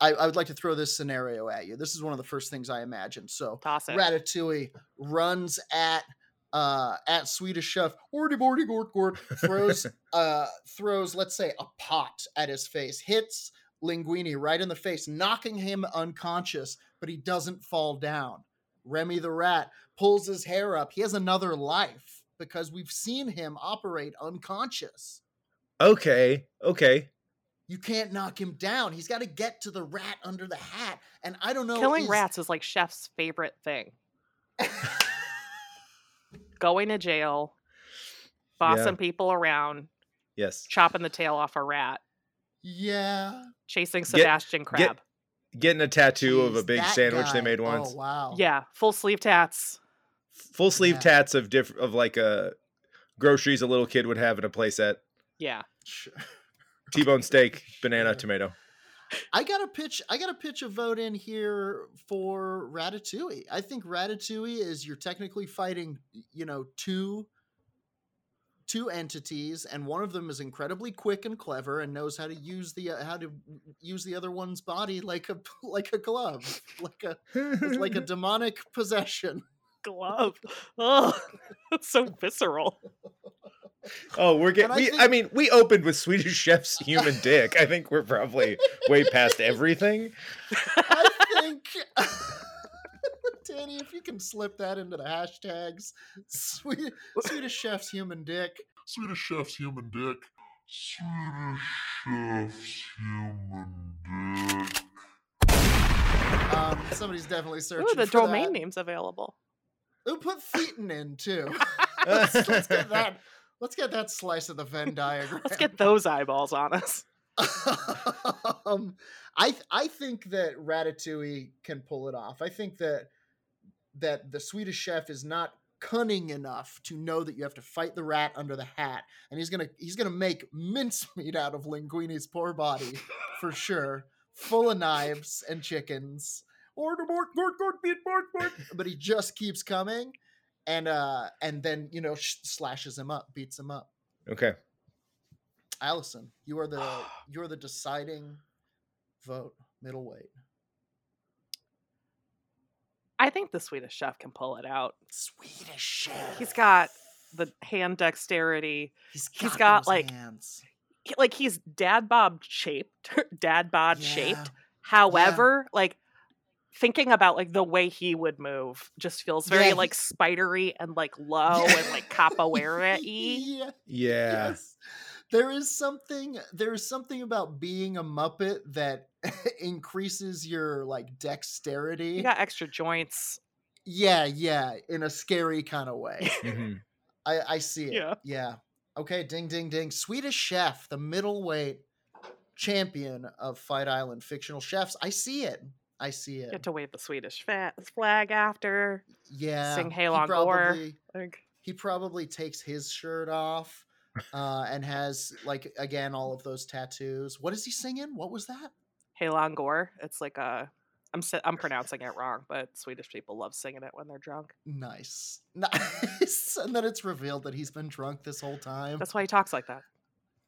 C: I, I would like to throw this scenario at you. This is one of the first things I imagined. So
D: toss it.
C: Ratatouille runs at uh at Swedish Chef, ordy bordy gort gort, throws uh throws, let's say, a pot at his face, hits Linguini right in the face, knocking him unconscious, but he doesn't fall down. Remy the rat pulls his hair up. He has another life because we've seen him operate unconscious.
B: okay, okay.
C: You can't knock him down. He's got to get to the rat under the hat. And I don't know.
D: Killing
C: is-
D: rats is like Chef's favorite thing. Going to jail, bossing people around,
B: Yes.
D: chopping the tail off a rat,
C: Yeah.
D: chasing
B: Get-
D: Sebastian Crab.
B: Getting a tattoo of a
C: Jeez,
B: big
C: that
B: sandwich they
C: guy.
B: made once.
C: Oh wow.
D: Yeah, full sleeve tats.
B: Full sleeve
C: Yeah.
B: tats of diff- of like a groceries a little kid would have in a playset.
D: Yeah.
C: Sure.
B: T-bone steak, banana,
C: Sure.
B: tomato.
C: I gotta pitch. I gotta pitch a vote in here for Ratatouille. I think Ratatouille is you're technically fighting, y- you know, two two entities, and one of them is incredibly quick and clever and knows how to use the uh, how to use the other one's body like a like a glove, like a it's like a demonic possession.
D: Glove. Oh, that's so visceral.
B: Oh, we're getting.
C: I
B: I, I
C: think-
B: mean, we opened with Swedish Chef's human dick. I think we're probably way past everything.
C: I think. Danny, if you can slip that into the hashtags, sweet, Swedish chef's human dick.
E: Swedish Chef's human dick. Swedish Chef's human dick.
C: Um, somebody's definitely searching.
D: Ooh, the
C: for that.
D: domain name's available.
C: Who put Thetan in too? let's, let's get that. Let's get that slice of the Venn diagram.
D: Let's get those eyeballs on us.
C: um, I th- I think that Ratatouille can pull it off. I think that that the Swedish chef is not cunning enough to know that you have to fight the rat under the hat, and he's gonna he's gonna make mincemeat out of Linguini's poor body for sure, full of knives and chickens. Order mort mort mort meat mort mort, but he just keeps coming, and uh and then you know sh- slashes him up, beats him up.
B: Okay.
C: Allison, you are the you are the deciding vote middleweight.
D: I think the Swedish chef can pull it out.
C: Swedish chef.
D: He's got the hand dexterity. he's got,
C: those
D: like,
C: hands.
D: He- Like he's dad bob shaped, dad bod
C: Yeah.
D: shaped. However, like thinking about like the way he would move just feels
C: Yeah,
D: very
C: he-
D: like spidery and like low
C: Yeah.
D: and like capoeira y.
C: Yeah,
B: Yeah.
C: Yes. There is something there is something about being a muppet that increases your like dexterity.
D: You got extra joints.
C: yeah, yeah, in a scary kind of way.
B: Mhm.
C: I, I see it.
D: Yeah.
C: Yeah. Okay, ding ding ding. Swedish chef, the middleweight champion of Fight Island fictional chefs. I see it. I see it.
D: Get to wave the Swedish fa- flag after.
C: yeah.
D: sing
C: he
D: Halon Gore.
C: probably-
D: Like,
C: He probably takes his shirt off uh, and has like again all of those tattoos. What is he singing? What was that?
D: Halon Gore. It's like a I'm si- I'm pronouncing it wrong, but Swedish people love singing it when they're drunk.
C: Nice. Nice. and then it's revealed that he's been drunk this whole time.
D: That's why he talks like that.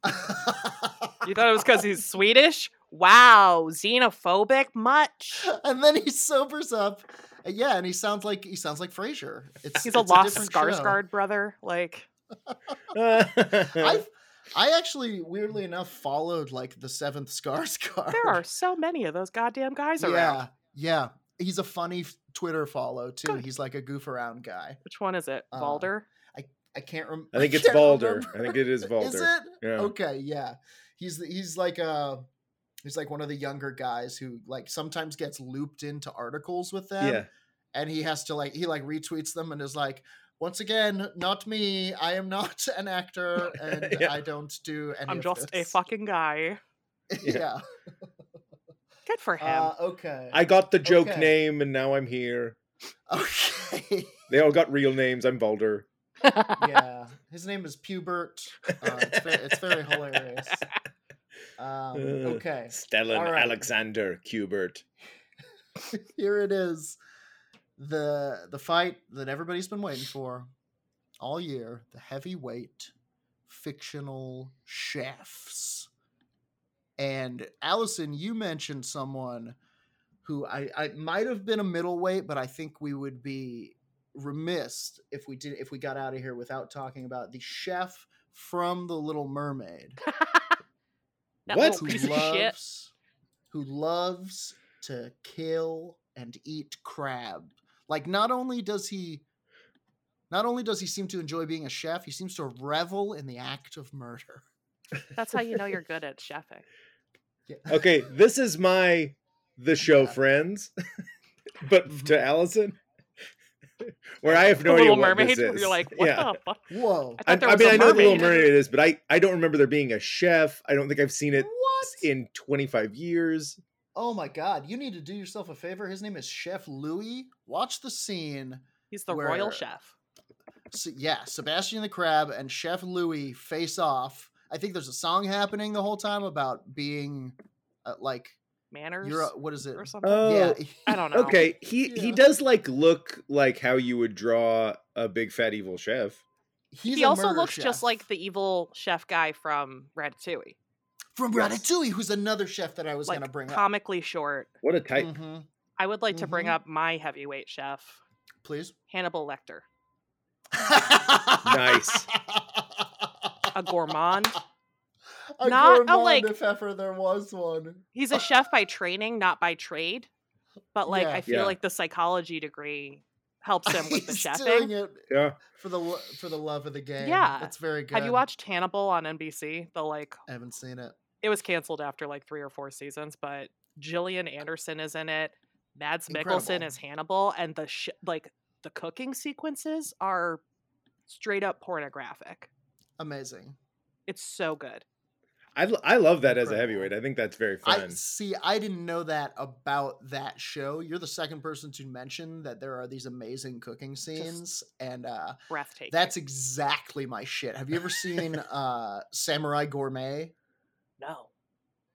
D: You thought it was because he's Swedish? Wow, xenophobic much?
C: and then he sobers up. and yeah, and he sounds like he sounds like Frasier. It's
D: He's a
C: it's
D: lost
C: different show.
D: Skarsgård brother. Like,
C: I've I actually weirdly enough followed like the seventh Skarsgård.
D: there are so many of those goddamn guys around.
C: Yeah, yeah. He's a funny f- Twitter follow too.
D: Good.
C: He's like a goof around guy.
D: Which one is it?
C: Uh,
D: Balder?
C: I can't rem-
B: I think it's
C: can't
B: Balder.
C: remember.
B: I think it is Balder.
C: Is it?
B: Yeah.
C: Okay, yeah. He's the- he's like a he's like one of the younger guys who like sometimes gets looped into articles with them.
B: Yeah.
C: and he has to like he like retweets them and is like once again not me i am not an actor and
B: Yeah.
C: i don't do any
D: I'm
C: of
D: just a
C: this."
D: fucking guy.
C: yeah.
D: Good for him.
C: Uh, okay.
B: I got the joke
C: Okay.
B: name and now I'm here.
C: okay.
B: They all got real names. I'm Balder.
C: yeah. His name is Pubert. Uh, it's, very, it's very hilarious. Um,
B: Ugh.
C: okay.
B: Stellan
C: All right.
B: Alexander Cubert.
C: Here it is. The the fight that everybody's been waiting for all year, the heavyweight fictional chefs. And Allison, you mentioned someone who I, I might have been a middleweight, but I think we would be remiss if we did if we got out of here without talking about the chef from The Little Mermaid
D: that
B: What?
D: little
C: who
D: piece of shit.
C: loves who loves to kill and eat crab. Like not only does he not only does he seem to enjoy being a chef, he seems to revel in the act of murder.
D: That's how you know you're good at chefing.
C: Yeah.
B: Okay, this is my the show friends, but f-
C: Mm-hmm.
B: to Allison, where I have no
D: the
B: idea
D: Little
B: what
D: Mermaid.
B: this
D: where
B: is.
D: You're like, what
B: yeah.
D: the fuck?
C: Whoa.
D: I
B: I,
D: thought there
B: I
D: was
B: mean,
D: a
B: I know the Little
D: mermaid.
B: Mermaid is, but I I don't remember there being a chef. I don't think I've seen it
C: What?
B: in 25 years.
C: Oh my god, you need to do yourself a favor. His name is Chef Louis. Watch the scene
D: He's the royal
C: Where-
D: chef.
C: S yeah, Sebastian the Crab and Chef Louis face off. I think there's a song happening the whole time about being uh, like
D: Manners
C: you're a, uh, what is it?
D: or something.
B: Oh,
C: Yeah,
D: I don't know.
B: okay. He he
C: Yeah.
B: does like look like how you would draw a big fat evil chef.
C: he's
D: he
C: a
D: also
C: murder
D: looks just
C: chef.
D: like the evil chef guy from Ratatouille.
C: from Ratatouille, who's another chef that I was
D: like
C: going to bring up.
D: comically short.
B: What a type.
C: Mhm.
D: I would like to bring
C: Mhm.
D: up my heavyweight chef,
C: Please.
D: Hannibal Lecter,
C: nice.
D: a gourmand.
C: A
D: Not a,
C: gourmand,
D: like-
C: if ever there was one.
D: He's a chef by training, not by trade. But like,
C: Yeah.
D: I feel
B: Yeah.
D: like the psychology degree helps him with the
C: He's doing
D: chefing.
C: it
B: Yeah.
C: for the lo- for the love of the game.
D: Yeah.
C: it's very good.
D: Have you watched Hannibal on NBC? The like,
C: I haven't seen it.
D: it was canceled after like three or four seasons, but Jillian Anderson is in it. Mads Mikkelsen
C: Incredible.
D: is Hannibal, and the sh- like the cooking sequences are straight up pornographic.
C: Amazing.
D: It's so good.
B: I, l- I love that as a
C: Incredible.
B: heavyweight. I think that's very fun.
C: I see. I didn't know that about that show. You're the second person to mention that there are these amazing cooking scenes, and uh,
D: Breathtaking.
C: that's exactly my shit. Have you ever seen uh, Samurai Gourmet?
D: no.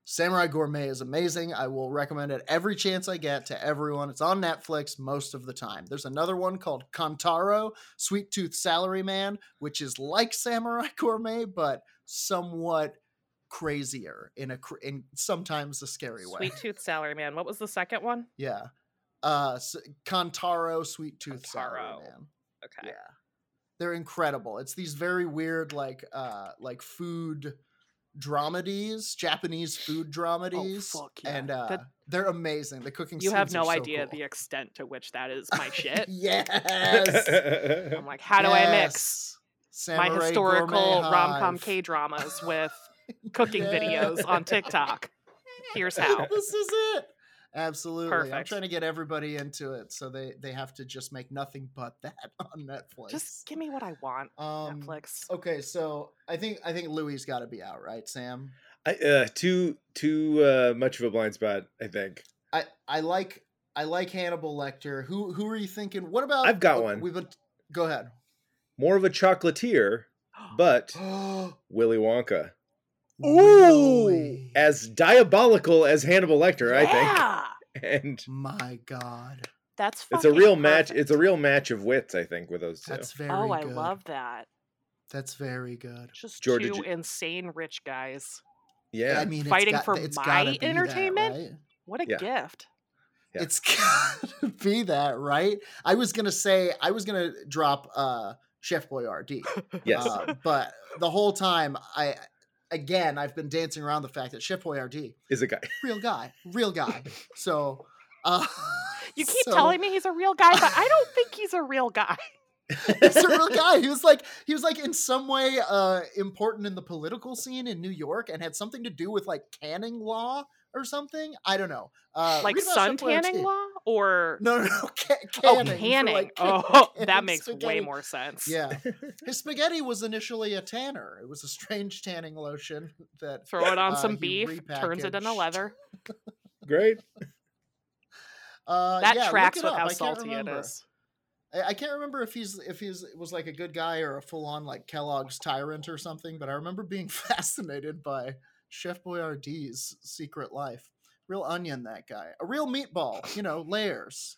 C: Samurai Gourmet is amazing. I will recommend it every chance I get to everyone. It's on Netflix most of the time. There's another one called Kantaro, Sweet Tooth Salaryman, which is like Samurai Gourmet, but somewhat crazier in a cr- in sometimes a scary way.
D: Sweet Tooth Salaryman. What was the second one?
C: Yeah. Uh s- Kantaro, Sweet Tooth
D: Kantaro.
C: Salaryman.
D: Okay.
C: Yeah. They're incredible. It's these very weird like uh like food dramedies, Japanese food dramedies.
D: Oh, fuck yeah.
C: And uh
D: That-
C: they're amazing. The cooking
D: You have
C: scenes are
D: no
C: so
D: idea
C: cool.
D: the extent to which that is my shit.
C: yes.
D: I'm like, how do I mix my historical rom com K dramas with cooking videos on TikTok? Here's how.
C: this is it. Absolutely. I'm
D: Perfect.
C: trying to get everybody into it so they they have to just make nothing but that on Netflix.
D: Just give me what I want,
C: um,
D: Netflix.
C: Okay, so I think I think Louis got to be out, right, Sam?
B: I, uh, too too uh, much of a blind spot. I think.
C: I I like I like Hannibal Lecter. Who who are you thinking? What about?
B: I've got
C: look,
B: one.
C: We've been go ahead.
B: more of a chocolatier,
C: Oh.
B: but Willy Wonka.
C: Really?
B: As diabolical as Hannibal Lecter, I
D: yeah!
B: think. And
C: my God,
D: That's
B: it's a
D: fucking
B: real match. It's a
D: perfect.
B: real match of wits, I think, with those two.
C: that's very.
D: Oh, I
C: good.
D: love that.
C: That's very good.
D: Just
B: George, did
D: two
B: you-
D: insane rich guys.
B: yeah.
C: I mean, it's
D: Fighting
C: got-
D: for
C: it's
D: my
C: gotta be that,
D: entertainment?
C: right?
D: What a
B: Yeah.
D: gift.
B: Yeah.
C: It's gotta be that, right? I was gonna say I was gonna drop uh Chef Boyardee.
B: yes.
C: Uh, but the whole time, I again, I've been dancing around the fact that Chef Boyardee,
B: is a guy.
C: real guy, real guy. So, uh,
D: You keep telling me he's a real guy, but I don't think he's a real guy.
C: he's a real guy. He was like, he was like in some way uh, important in the political scene in New York, and had something to do with like canning law or something. I don't know. Uh,
D: like
C: read about
D: sun
C: Supplier
D: tanning
C: T.
D: law or
C: No, no, no. Ca-
D: oh
C: canning. for,
D: canning.
C: like, ca-
D: oh, that
C: canning
D: makes way
C: spaghetti.
D: more sense.
C: Yeah. His spaghetti was initially a tanner. It was a strange tanning lotion that
D: Throw it on
C: Uh,
D: some
C: he
D: beef, turns it into
C: repackaged.
D: leather.
B: Great.
C: uh,
D: That
C: yeah, look
D: tracks
C: it
D: with
C: up.
D: how
C: I can't
D: salty it
C: remember.
D: is.
C: I, I can't remember if he's if he's was like a good guy or a full on like Kellogg's tyrant or something, but I remember being fascinated by Chef Boyardee's secret life. Real onion, that guy. A real meatball, you know, layers.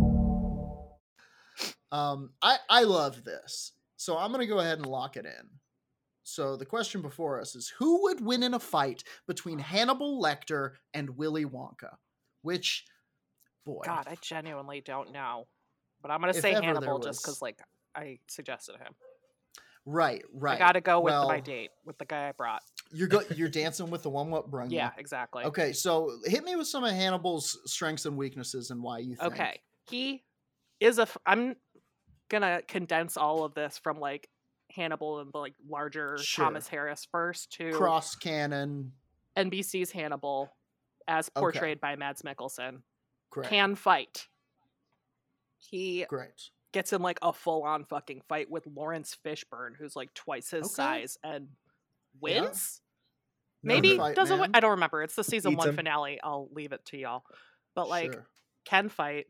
C: Um, I I love this, so I'm gonna go ahead and lock it in. So the question before us is: Who would win in a fight between Hannibal Lecter and Willy Wonka? Which, boy,
D: God, I genuinely don't know. But I'm gonna
C: If
D: say
C: ever there
D: Hannibal just
C: was-
D: because like I suggested him.
C: right, right.
D: I gotta go with
C: well,
D: my date, with the guy I brought.
C: You're go- you're dancing with the one what brung you.
D: Yeah, exactly.
C: Mm-hmm. Okay, so hit me with some of Hannibal's strengths and weaknesses and why you think.
D: Okay. He is a. F- I'm gonna condense all of this from like Hannibal and the like larger
C: Sure.
D: Thomas Harris first to
C: Cross cannon.
D: NBC's Hannibal, as portrayed by Mads Mikkelsen,
C: Great.
D: can fight. He
C: Great.
D: gets in like a full on fucking fight with Lawrence Fishburne, who's like twice his
C: Okay.
D: size and
C: Yeah.
D: wins.
C: Known to
D: Maybe
C: fight,
D: doesn't win.
C: man.
D: I don't remember. It's the season
B: Eats
D: one
B: him.
D: finale. I'll leave it to y'all. But like,
C: Sure.
D: can fight,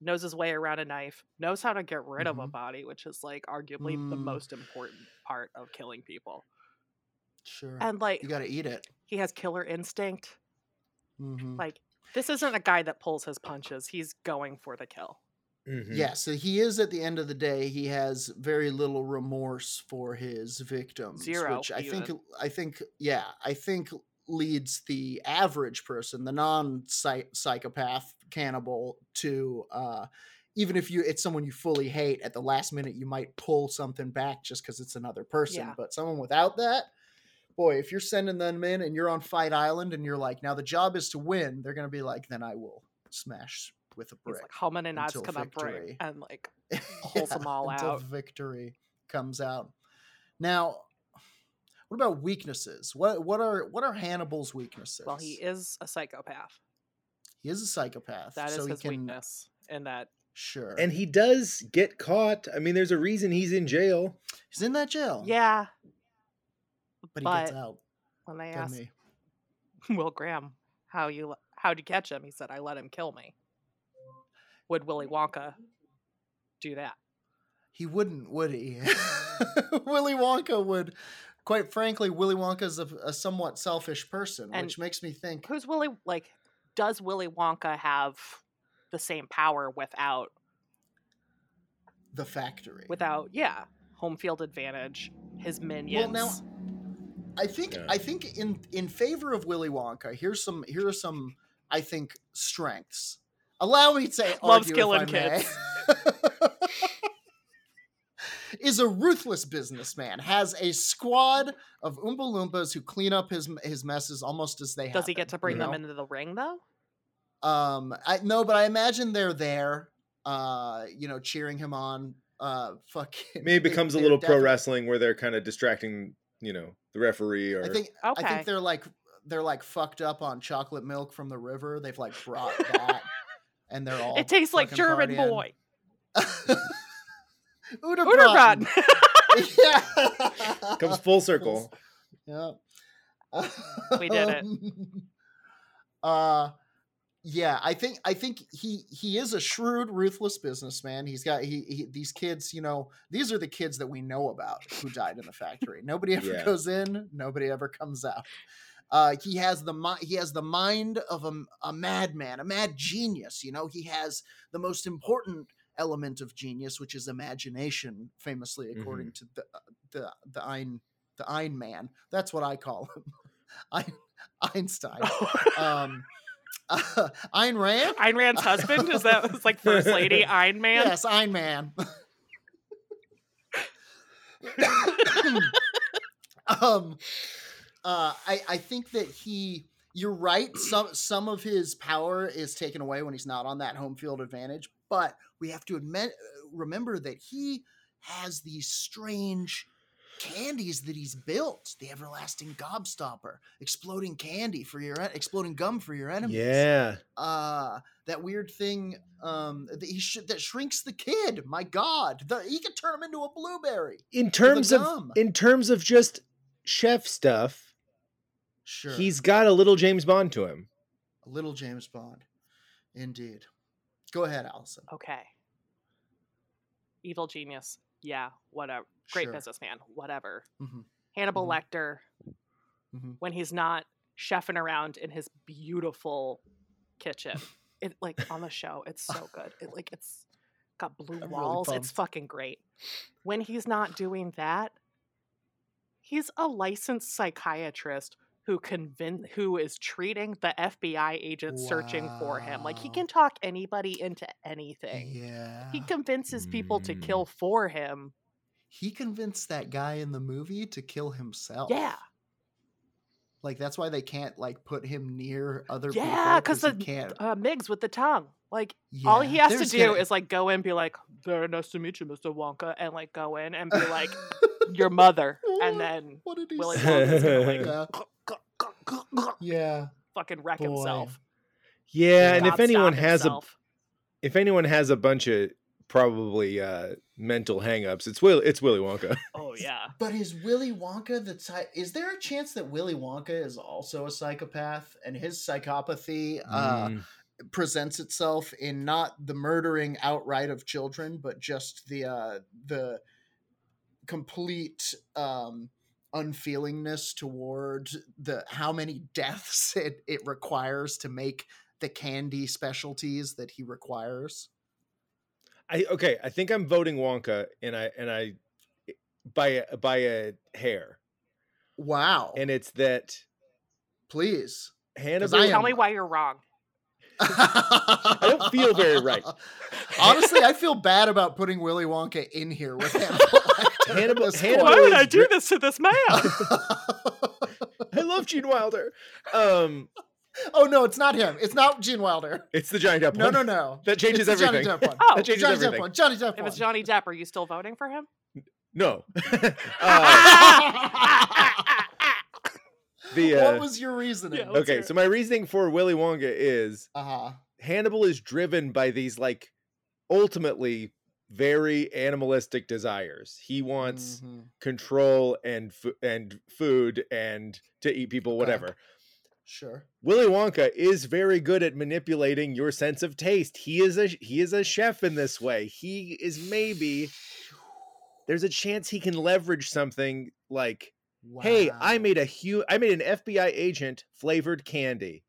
D: knows his way around a knife, knows how to get rid of a
C: Mhm.
D: body, which is like arguably the
C: Mm.
D: most important part of killing people.
C: Sure.
D: And like
C: you got to eat it.
D: he has killer instinct.
C: Mhm.
D: Like this isn't a guy that pulls his punches. He's going for the kill.
B: Mhm.
D: Mm-hmm.
C: Yeah, so he is at the end of the day, he has very little remorse for his victims.
D: Zero,
C: Which I
D: even.
C: think I think yeah, I think leads the average person, the non psychopath cannibal to uh even if you it's someone you fully hate at the last minute you might pull something back just because it's another person.
D: Yeah.
C: But someone without that Boy, if you're sending them in and you're on Fight Island and you're like, now the job is to win, they're gonna be like, then I will smash with a
D: He's
C: brick
D: like humming and nods
C: Until
D: come
C: victory.
D: up right and like pulls them all
C: until
D: out.
C: victory comes out. Now, what about weaknesses? What what are what are Hannibal's weaknesses?
D: well he is a psychopath.
C: He is a psychopath.
D: That is
C: so he
D: his
C: can,
D: weakness. And that
C: Sure.
B: And he does get caught. I mean, there's a reason he's in jail.
C: he's in that jail.
D: yeah,
C: but he gets
D: but-
C: out.
D: when they
C: Doesn't
D: asked
C: he?
D: Will Graham how you le- how'd you catch him, he said I let him kill me. Would Willy Wonka do that?
C: He wouldn't, would he? Willy Wonka would. Quite frankly, Willy Wonka's a, a somewhat selfish person,
D: And
C: which makes me think.
D: Who's Willy like does Willy Wonka have the same power without
C: the factory.
D: without yeah, home field advantage, his minions.
C: I think
B: Yeah.
C: I think in in favor of Willy Wonka, here's some here are some I think strengths. Allow me to say argue
D: Loves
C: if
D: killing
C: I may.
D: kids.
C: Is a ruthless businessman. Has a squad of Oompa Loompas who clean up his his messes almost as they.
D: does he get to bring them
C: in?
D: into the ring though?
C: Um, I no, but I imagine they're there. Uh, you know, cheering him on. Uh, fucking.
B: Maybe it
C: they-
B: becomes a
C: they're
B: little pro
C: defi-
B: wrestling where they're kind of distracting, you know, the referee or
C: I think
D: Okay.
C: I think they're like they're like fucked up on chocolate milk from the river. They've like brought that, and they're all.
D: it tastes like
C: fucking
D: German
C: partying.
D: boy.
C: Uda
D: Uderbrot.
C: Braten. yeah.
B: comes full circle.
C: Yep.
D: We did it.
C: Um, Uh, yeah, I think I think he he is a shrewd, ruthless businessman. He's got he, he these kids, you know, these are the kids that we know about who died in the factory. Nobody ever
B: Yeah.
C: goes in, nobody ever comes out. Uh, he has the mi- he has the mind of a, m- a madman, a mad genius. You know, he has the most important element of genius, which is imagination, uh, famously according to the the the Ein the Ein Man. That's what I call him. Ein- Einstein. um, uh, Ayn Rand?
D: Ayn Rand's husband is that was like first lady Ayn Man.
C: Yes, Iron Man. um, uh, I I think that he. You're right. Some some of his power is taken away when he's not on that home field advantage. But we have to admit, uh, remember that he has these strange candies that he's built. The everlasting gobstopper, exploding candy for your en- exploding gum for your enemies
F: yeah.
C: uh that weird thing um that he sh- that shrinks the kid my god the, he could turn him into a blueberry
B: in terms of
C: gum.
B: in terms of just chef stuff,
C: sure
B: he's got a little James Bond to him.
C: a little james bond indeed go ahead allison
D: Okay. Evil genius. Yeah, whatever. Great
C: Sure.
D: businessman. Whatever.
C: Mhm.
D: Hannibal
C: Mhm.
D: Lecter,
C: Mhm.
D: when he's not chefing around in his beautiful kitchen, it like on the show, it's so good. It like it's got blue
C: really
D: walls. it's
C: pumped.
D: fucking great. When he's not doing that, he's a licensed psychiatrist who convin who is treating the FBI agent searching for him. Like he
C: Wow.
D: can talk anybody into anything
C: yeah Mm.
D: he convinces people to kill for him.
C: he convinced that guy in the movie to kill himself
D: Yeah,
C: like that's why they can't like put him near other people
D: yeah, because
C: he
D: the
C: can't
D: uh, Migs with the tongue. Like all he has to do is like go in, be like, "Very nice to meet you, Mister Wonka," and like go in and be like, "Your mother," and then
C: what did he
D: Willy
C: say
D: Wonka's gonna
C: yeah.
D: like
C: yeah
D: fucking wreck
C: Boy.
D: himself.
B: Yeah, and if
D: Gobstop
B: anyone has a
D: himself.
B: if anyone has a bunch of probably uh mental hangups, it's Will it's Willy Wonka.
D: oh yeah,
C: But is Willy Wonka the type? Is there a chance that Willy Wonka is also a psychopath, and his psychopathy uh,
B: Mm.
C: presents itself in not the murdering outright of children, but just the uh, the complete um, unfeelingness toward the how many deaths it, it requires to make the candy specialties that he requires?
B: I okay, I think I'm voting Wonka and I and I eh, by a, by a hair.
C: Wow!
B: And it's that
C: please.
B: Hannibal
C: I
D: tell
C: am-
D: me why you're wrong.
C: I
B: don't feel very right.
C: Honestly, I feel bad about putting Willy Wonka in here with Hannibal. Lecter at
B: Hannibal-
C: this
B: Hannibal-
D: Why
B: Why
D: would
B: would
D: I
B: is
D: do
B: dri-
D: this to this man?
C: point.
B: I love Gene Wilder. Um
C: oh no, it's not him. It's not Gene Wilder.
B: it's the Johnny Depp
C: No,
B: one.
C: no, no.
B: That changes
C: It's the
B: everything.
C: Johnny Depp one.
D: Oh,
B: that changes
C: Johnny Depp
B: everything.
C: one. Johnny Depp
D: If
C: one.
D: it's Johnny Depp, are you still voting for him?
B: No. uh, the uh,
C: what was your reasoning?
D: Yeah, let's hear
B: Okay,
D: it.
B: so my reasoning for Willy Wonka is
C: uh huh.
B: Hannibal is driven by these like ultimately very animalistic desires. He
C: Mm-hmm.
B: wants control and fu- and food and to eat people,
C: Okay.
B: whatever.
C: Sure.
B: Willy Wonka is very good at manipulating your sense of taste. He is a he is a chef in this way. He is maybe there's a chance he can leverage something like, "Hey, I
C: Wow.
B: made a hu- I made an FBI agent flavored candy.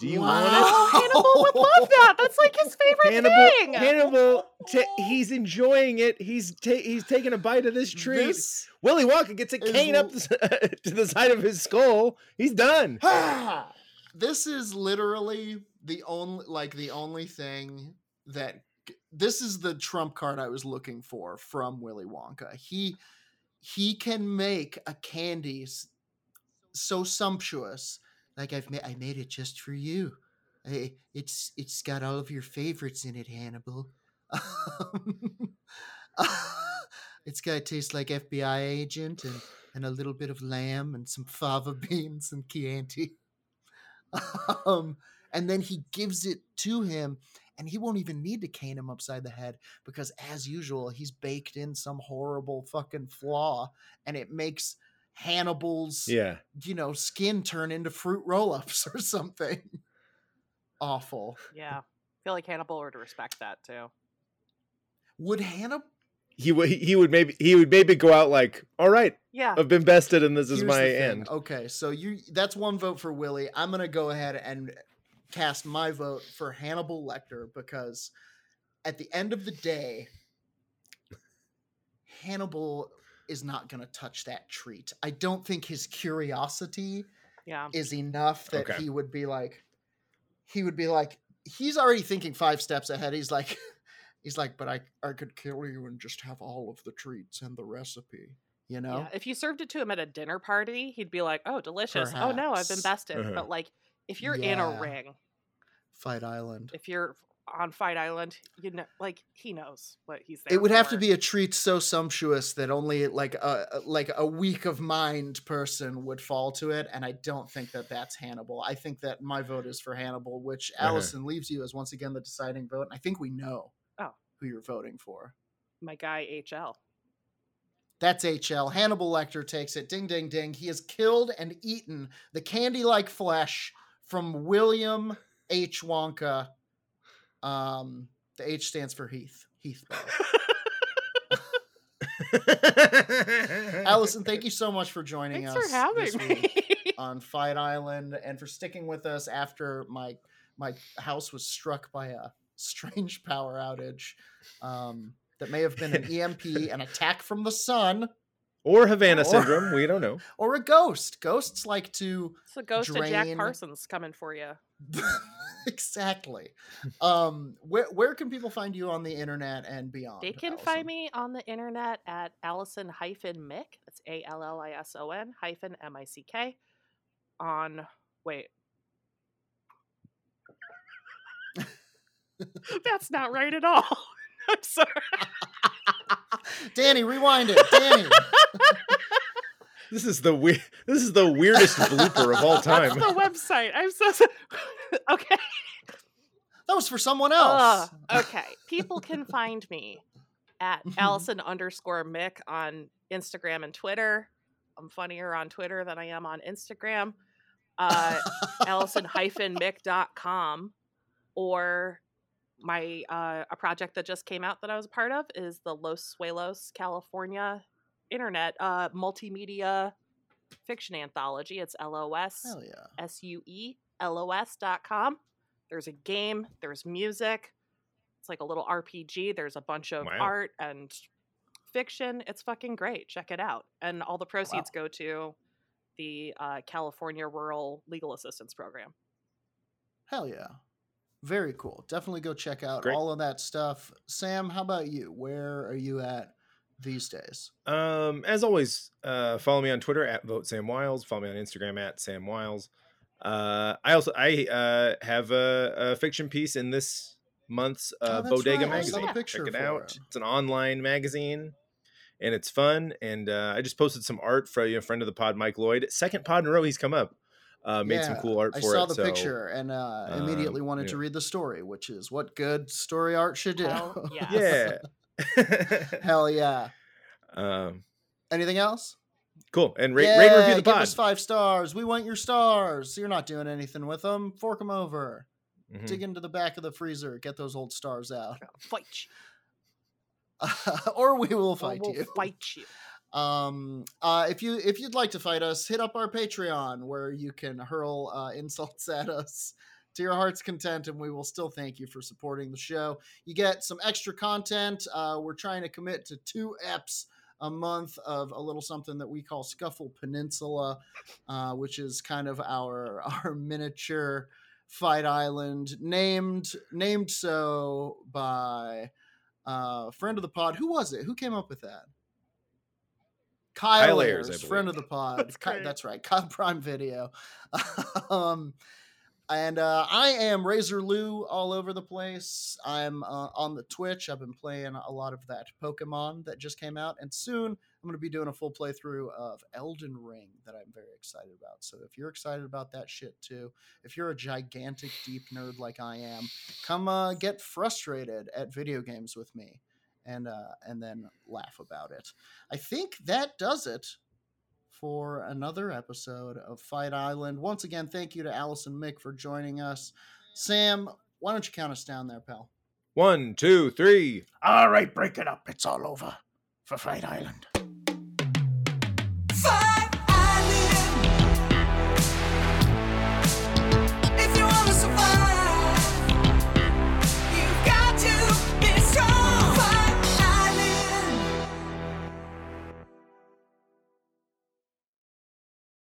B: Do you want
D: Oh, Hannibal would love that. That's like his
B: it?"
D: favorite
B: Hannibal,
D: thing.
B: Hannibal, ta- he's enjoying it. He's ta- he's taking a bite of this treat.
C: This-
B: Willy Wonka gets a
C: is
B: cane up
C: l-
B: the, s- to the side of his skull. He's done.
C: Ah! this is literally the only like the only thing that this is the trump card I was looking for from Willy Wonka. He he can make a candy s- so sumptuous. Like I've made I made it just for you. I, it's it's got all of your favorites in it, Hannibal. Um, it's got to taste like FBI agent and and a little bit of lamb and some fava beans and Chianti. um, and then he gives it to him, and he won't even need to cane him upside the head because, as usual, he's baked in some horrible fucking flaw, and it makes Hannibal's
B: Yeah.
C: you know skin turn into fruit roll-ups or something. Awful.
D: Yeah. I feel like Hannibal would respect that too.
C: Would Hannibal?
B: he would he would maybe he would maybe go out like, all right,
D: Yeah.
B: I've been bested and this is
C: Here's
B: my
C: the thing.
B: end.
C: Okay, so you that's one vote for Willie. I'm gonna go ahead and cast my vote for Hannibal Lecter because at the end of the day, Hannibal is not gonna touch that treat. I don't think his curiosity
D: Yeah.
C: is enough that
G: Okay.
C: he would be like he would be like he's already thinking five steps ahead he's like he's like but i i could kill you and just have all of the treats and the recipe you know
D: Yeah, if you served it to him at a dinner party, he'd be like, "Oh, delicious! Oh no, I've been
C: Perhaps.
D: bested."
G: Uh-huh.
D: But like, if you're in a
C: Yeah.
D: ring,
C: fight island
D: if you're on Fight Island, you know, like he knows what he's there.
C: it would have to
D: for.
C: be a treat so sumptuous that only like a like a weak of mind person would fall to it and i don't think that that's hannibal i think that my vote is for hannibal which
G: Uh-huh.
C: allison leaves you as once again the deciding vote and i think we know
D: Oh.
C: who you're voting for
D: my guy HL.
C: That's HL. Hannibal Lecter takes it. Ding, ding, ding. He has killed and eaten the candy like flesh from William H. Wonka. Um, the H stands for Heath. Heath.
G: Oh.
C: Allison, thank you so much for joining
D: Thanks
C: us.
D: for having
C: this
D: me.
C: week on Fight Island and for sticking with us after my my house was struck by a strange power outage um, that may have been an EMP, an attack from the sun,
G: or Havana
C: Or-
G: syndrome. We don't know.
C: or a ghost. Ghosts like to
D: It's the ghost of Jack
C: Drain.
D: Parsons coming for you.
C: exactly. Um, where where can people find you on the internet and beyond?
D: They can
C: Oh, Allison?
D: find me on the internet at Allison hyphen Mick. That's A L L I S O N hyphen M I C K. On wait. That's not right at all. I'm sorry.
C: Danny, rewind it. Danny,
G: This is the weird. This is the weirdest blooper of all
D: That's
G: time.
D: the website. I'm so sorry. okay.
C: that was for someone else. Mm-hmm.
D: Ugh, Uh, okay. People can find me at Allison underscore Mick on Instagram and Twitter. I'm funnier on Twitter than I am on Instagram. Uh, Allison hyphen Mick.com or my uh, a project that just came out that I was a part of is the Los Suelos, California internet uh, multimedia fiction anthology. It's LOS.
C: Hell yeah.
D: S U E L O S dot com. There's a game, there's music. It's like a little RPG. There's a bunch of
G: Wow.
D: art and fiction. It's fucking great. Check it out. And all the proceeds go to the uh, California Rural Legal Assistance Program.
C: Hell yeah. Very cool. Definitely go check out
G: Great.
C: all of that stuff. Sam, how about you? Where are you at these days?
G: Um, as always, uh, follow me on Twitter at vote Sam Wiles. Follow me on Instagram at Sam Wiles. Uh, I also I uh, have a, a fiction piece in this month's uh,
C: Oh, that's
G: Bodega
C: right. I saw the
G: magazine.
C: picture
G: Check it
C: for
G: out.
C: it.
G: It's an online magazine, and it's fun. And uh, I just posted some art for a friend of the pod, Mike Lloyd. Second pod in a row he's come up. Uh, made some
C: Yeah,
G: cool art
C: I
G: for
C: saw
G: it.
C: the
G: so-
C: picture and uh, immediately
G: um,
C: wanted
G: yeah.
C: to read the story, which is what good story art should do.
D: Hell yes.
G: Yeah.
C: Hell yeah.
G: um,
C: Anything else?
G: cool. And rate, rate and
C: Yeah,
G: review the
C: give
G: pod.
C: us five stars. We want your stars. You're not doing anything with them. Fork them over.
G: Mhm.
C: Dig into the back of the freezer. Get those old stars out.
D: Fight you.
C: or we will
D: Or
C: fight
D: we'll
C: you.
D: fight you.
C: Um, uh, if you if you'd like to fight us, hit up our Patreon where you can hurl uh, insults at us to your heart's content, and we will still thank you for supporting the show. You get some extra content. Uh, we're trying to commit to two eps a month of a little something that we call Scuffle Peninsula, uh, which is kind of our our miniature Fight Island, named named so by uh, a friend of the pod. Who was it? Who came up with that? Kyle,
G: Kyle Ayers,
C: Ayers,
G: I
C: friend of the pod.
D: That's
C: That's,
D: great.
C: that's right. Kyle Prime Video. um, and uh, I am Razor Lou all over the place. I'm uh, on the Twitch. I've been playing a lot of that Pokemon that just came out, and soon I'm going to be doing a full playthrough of Elden Ring that I'm very excited about. So if you're excited about that shit too, if you're a gigantic deep nerd like I am, come uh, get frustrated at video games with me, and uh, and then laugh about it. I think that does it for another episode of Fight Island. Once again, thank you to Allison Mick for joining us. Sam, why don't you count us down there, pal?
G: One, two, three.
C: All right, break it up. It's all over for Fight Island.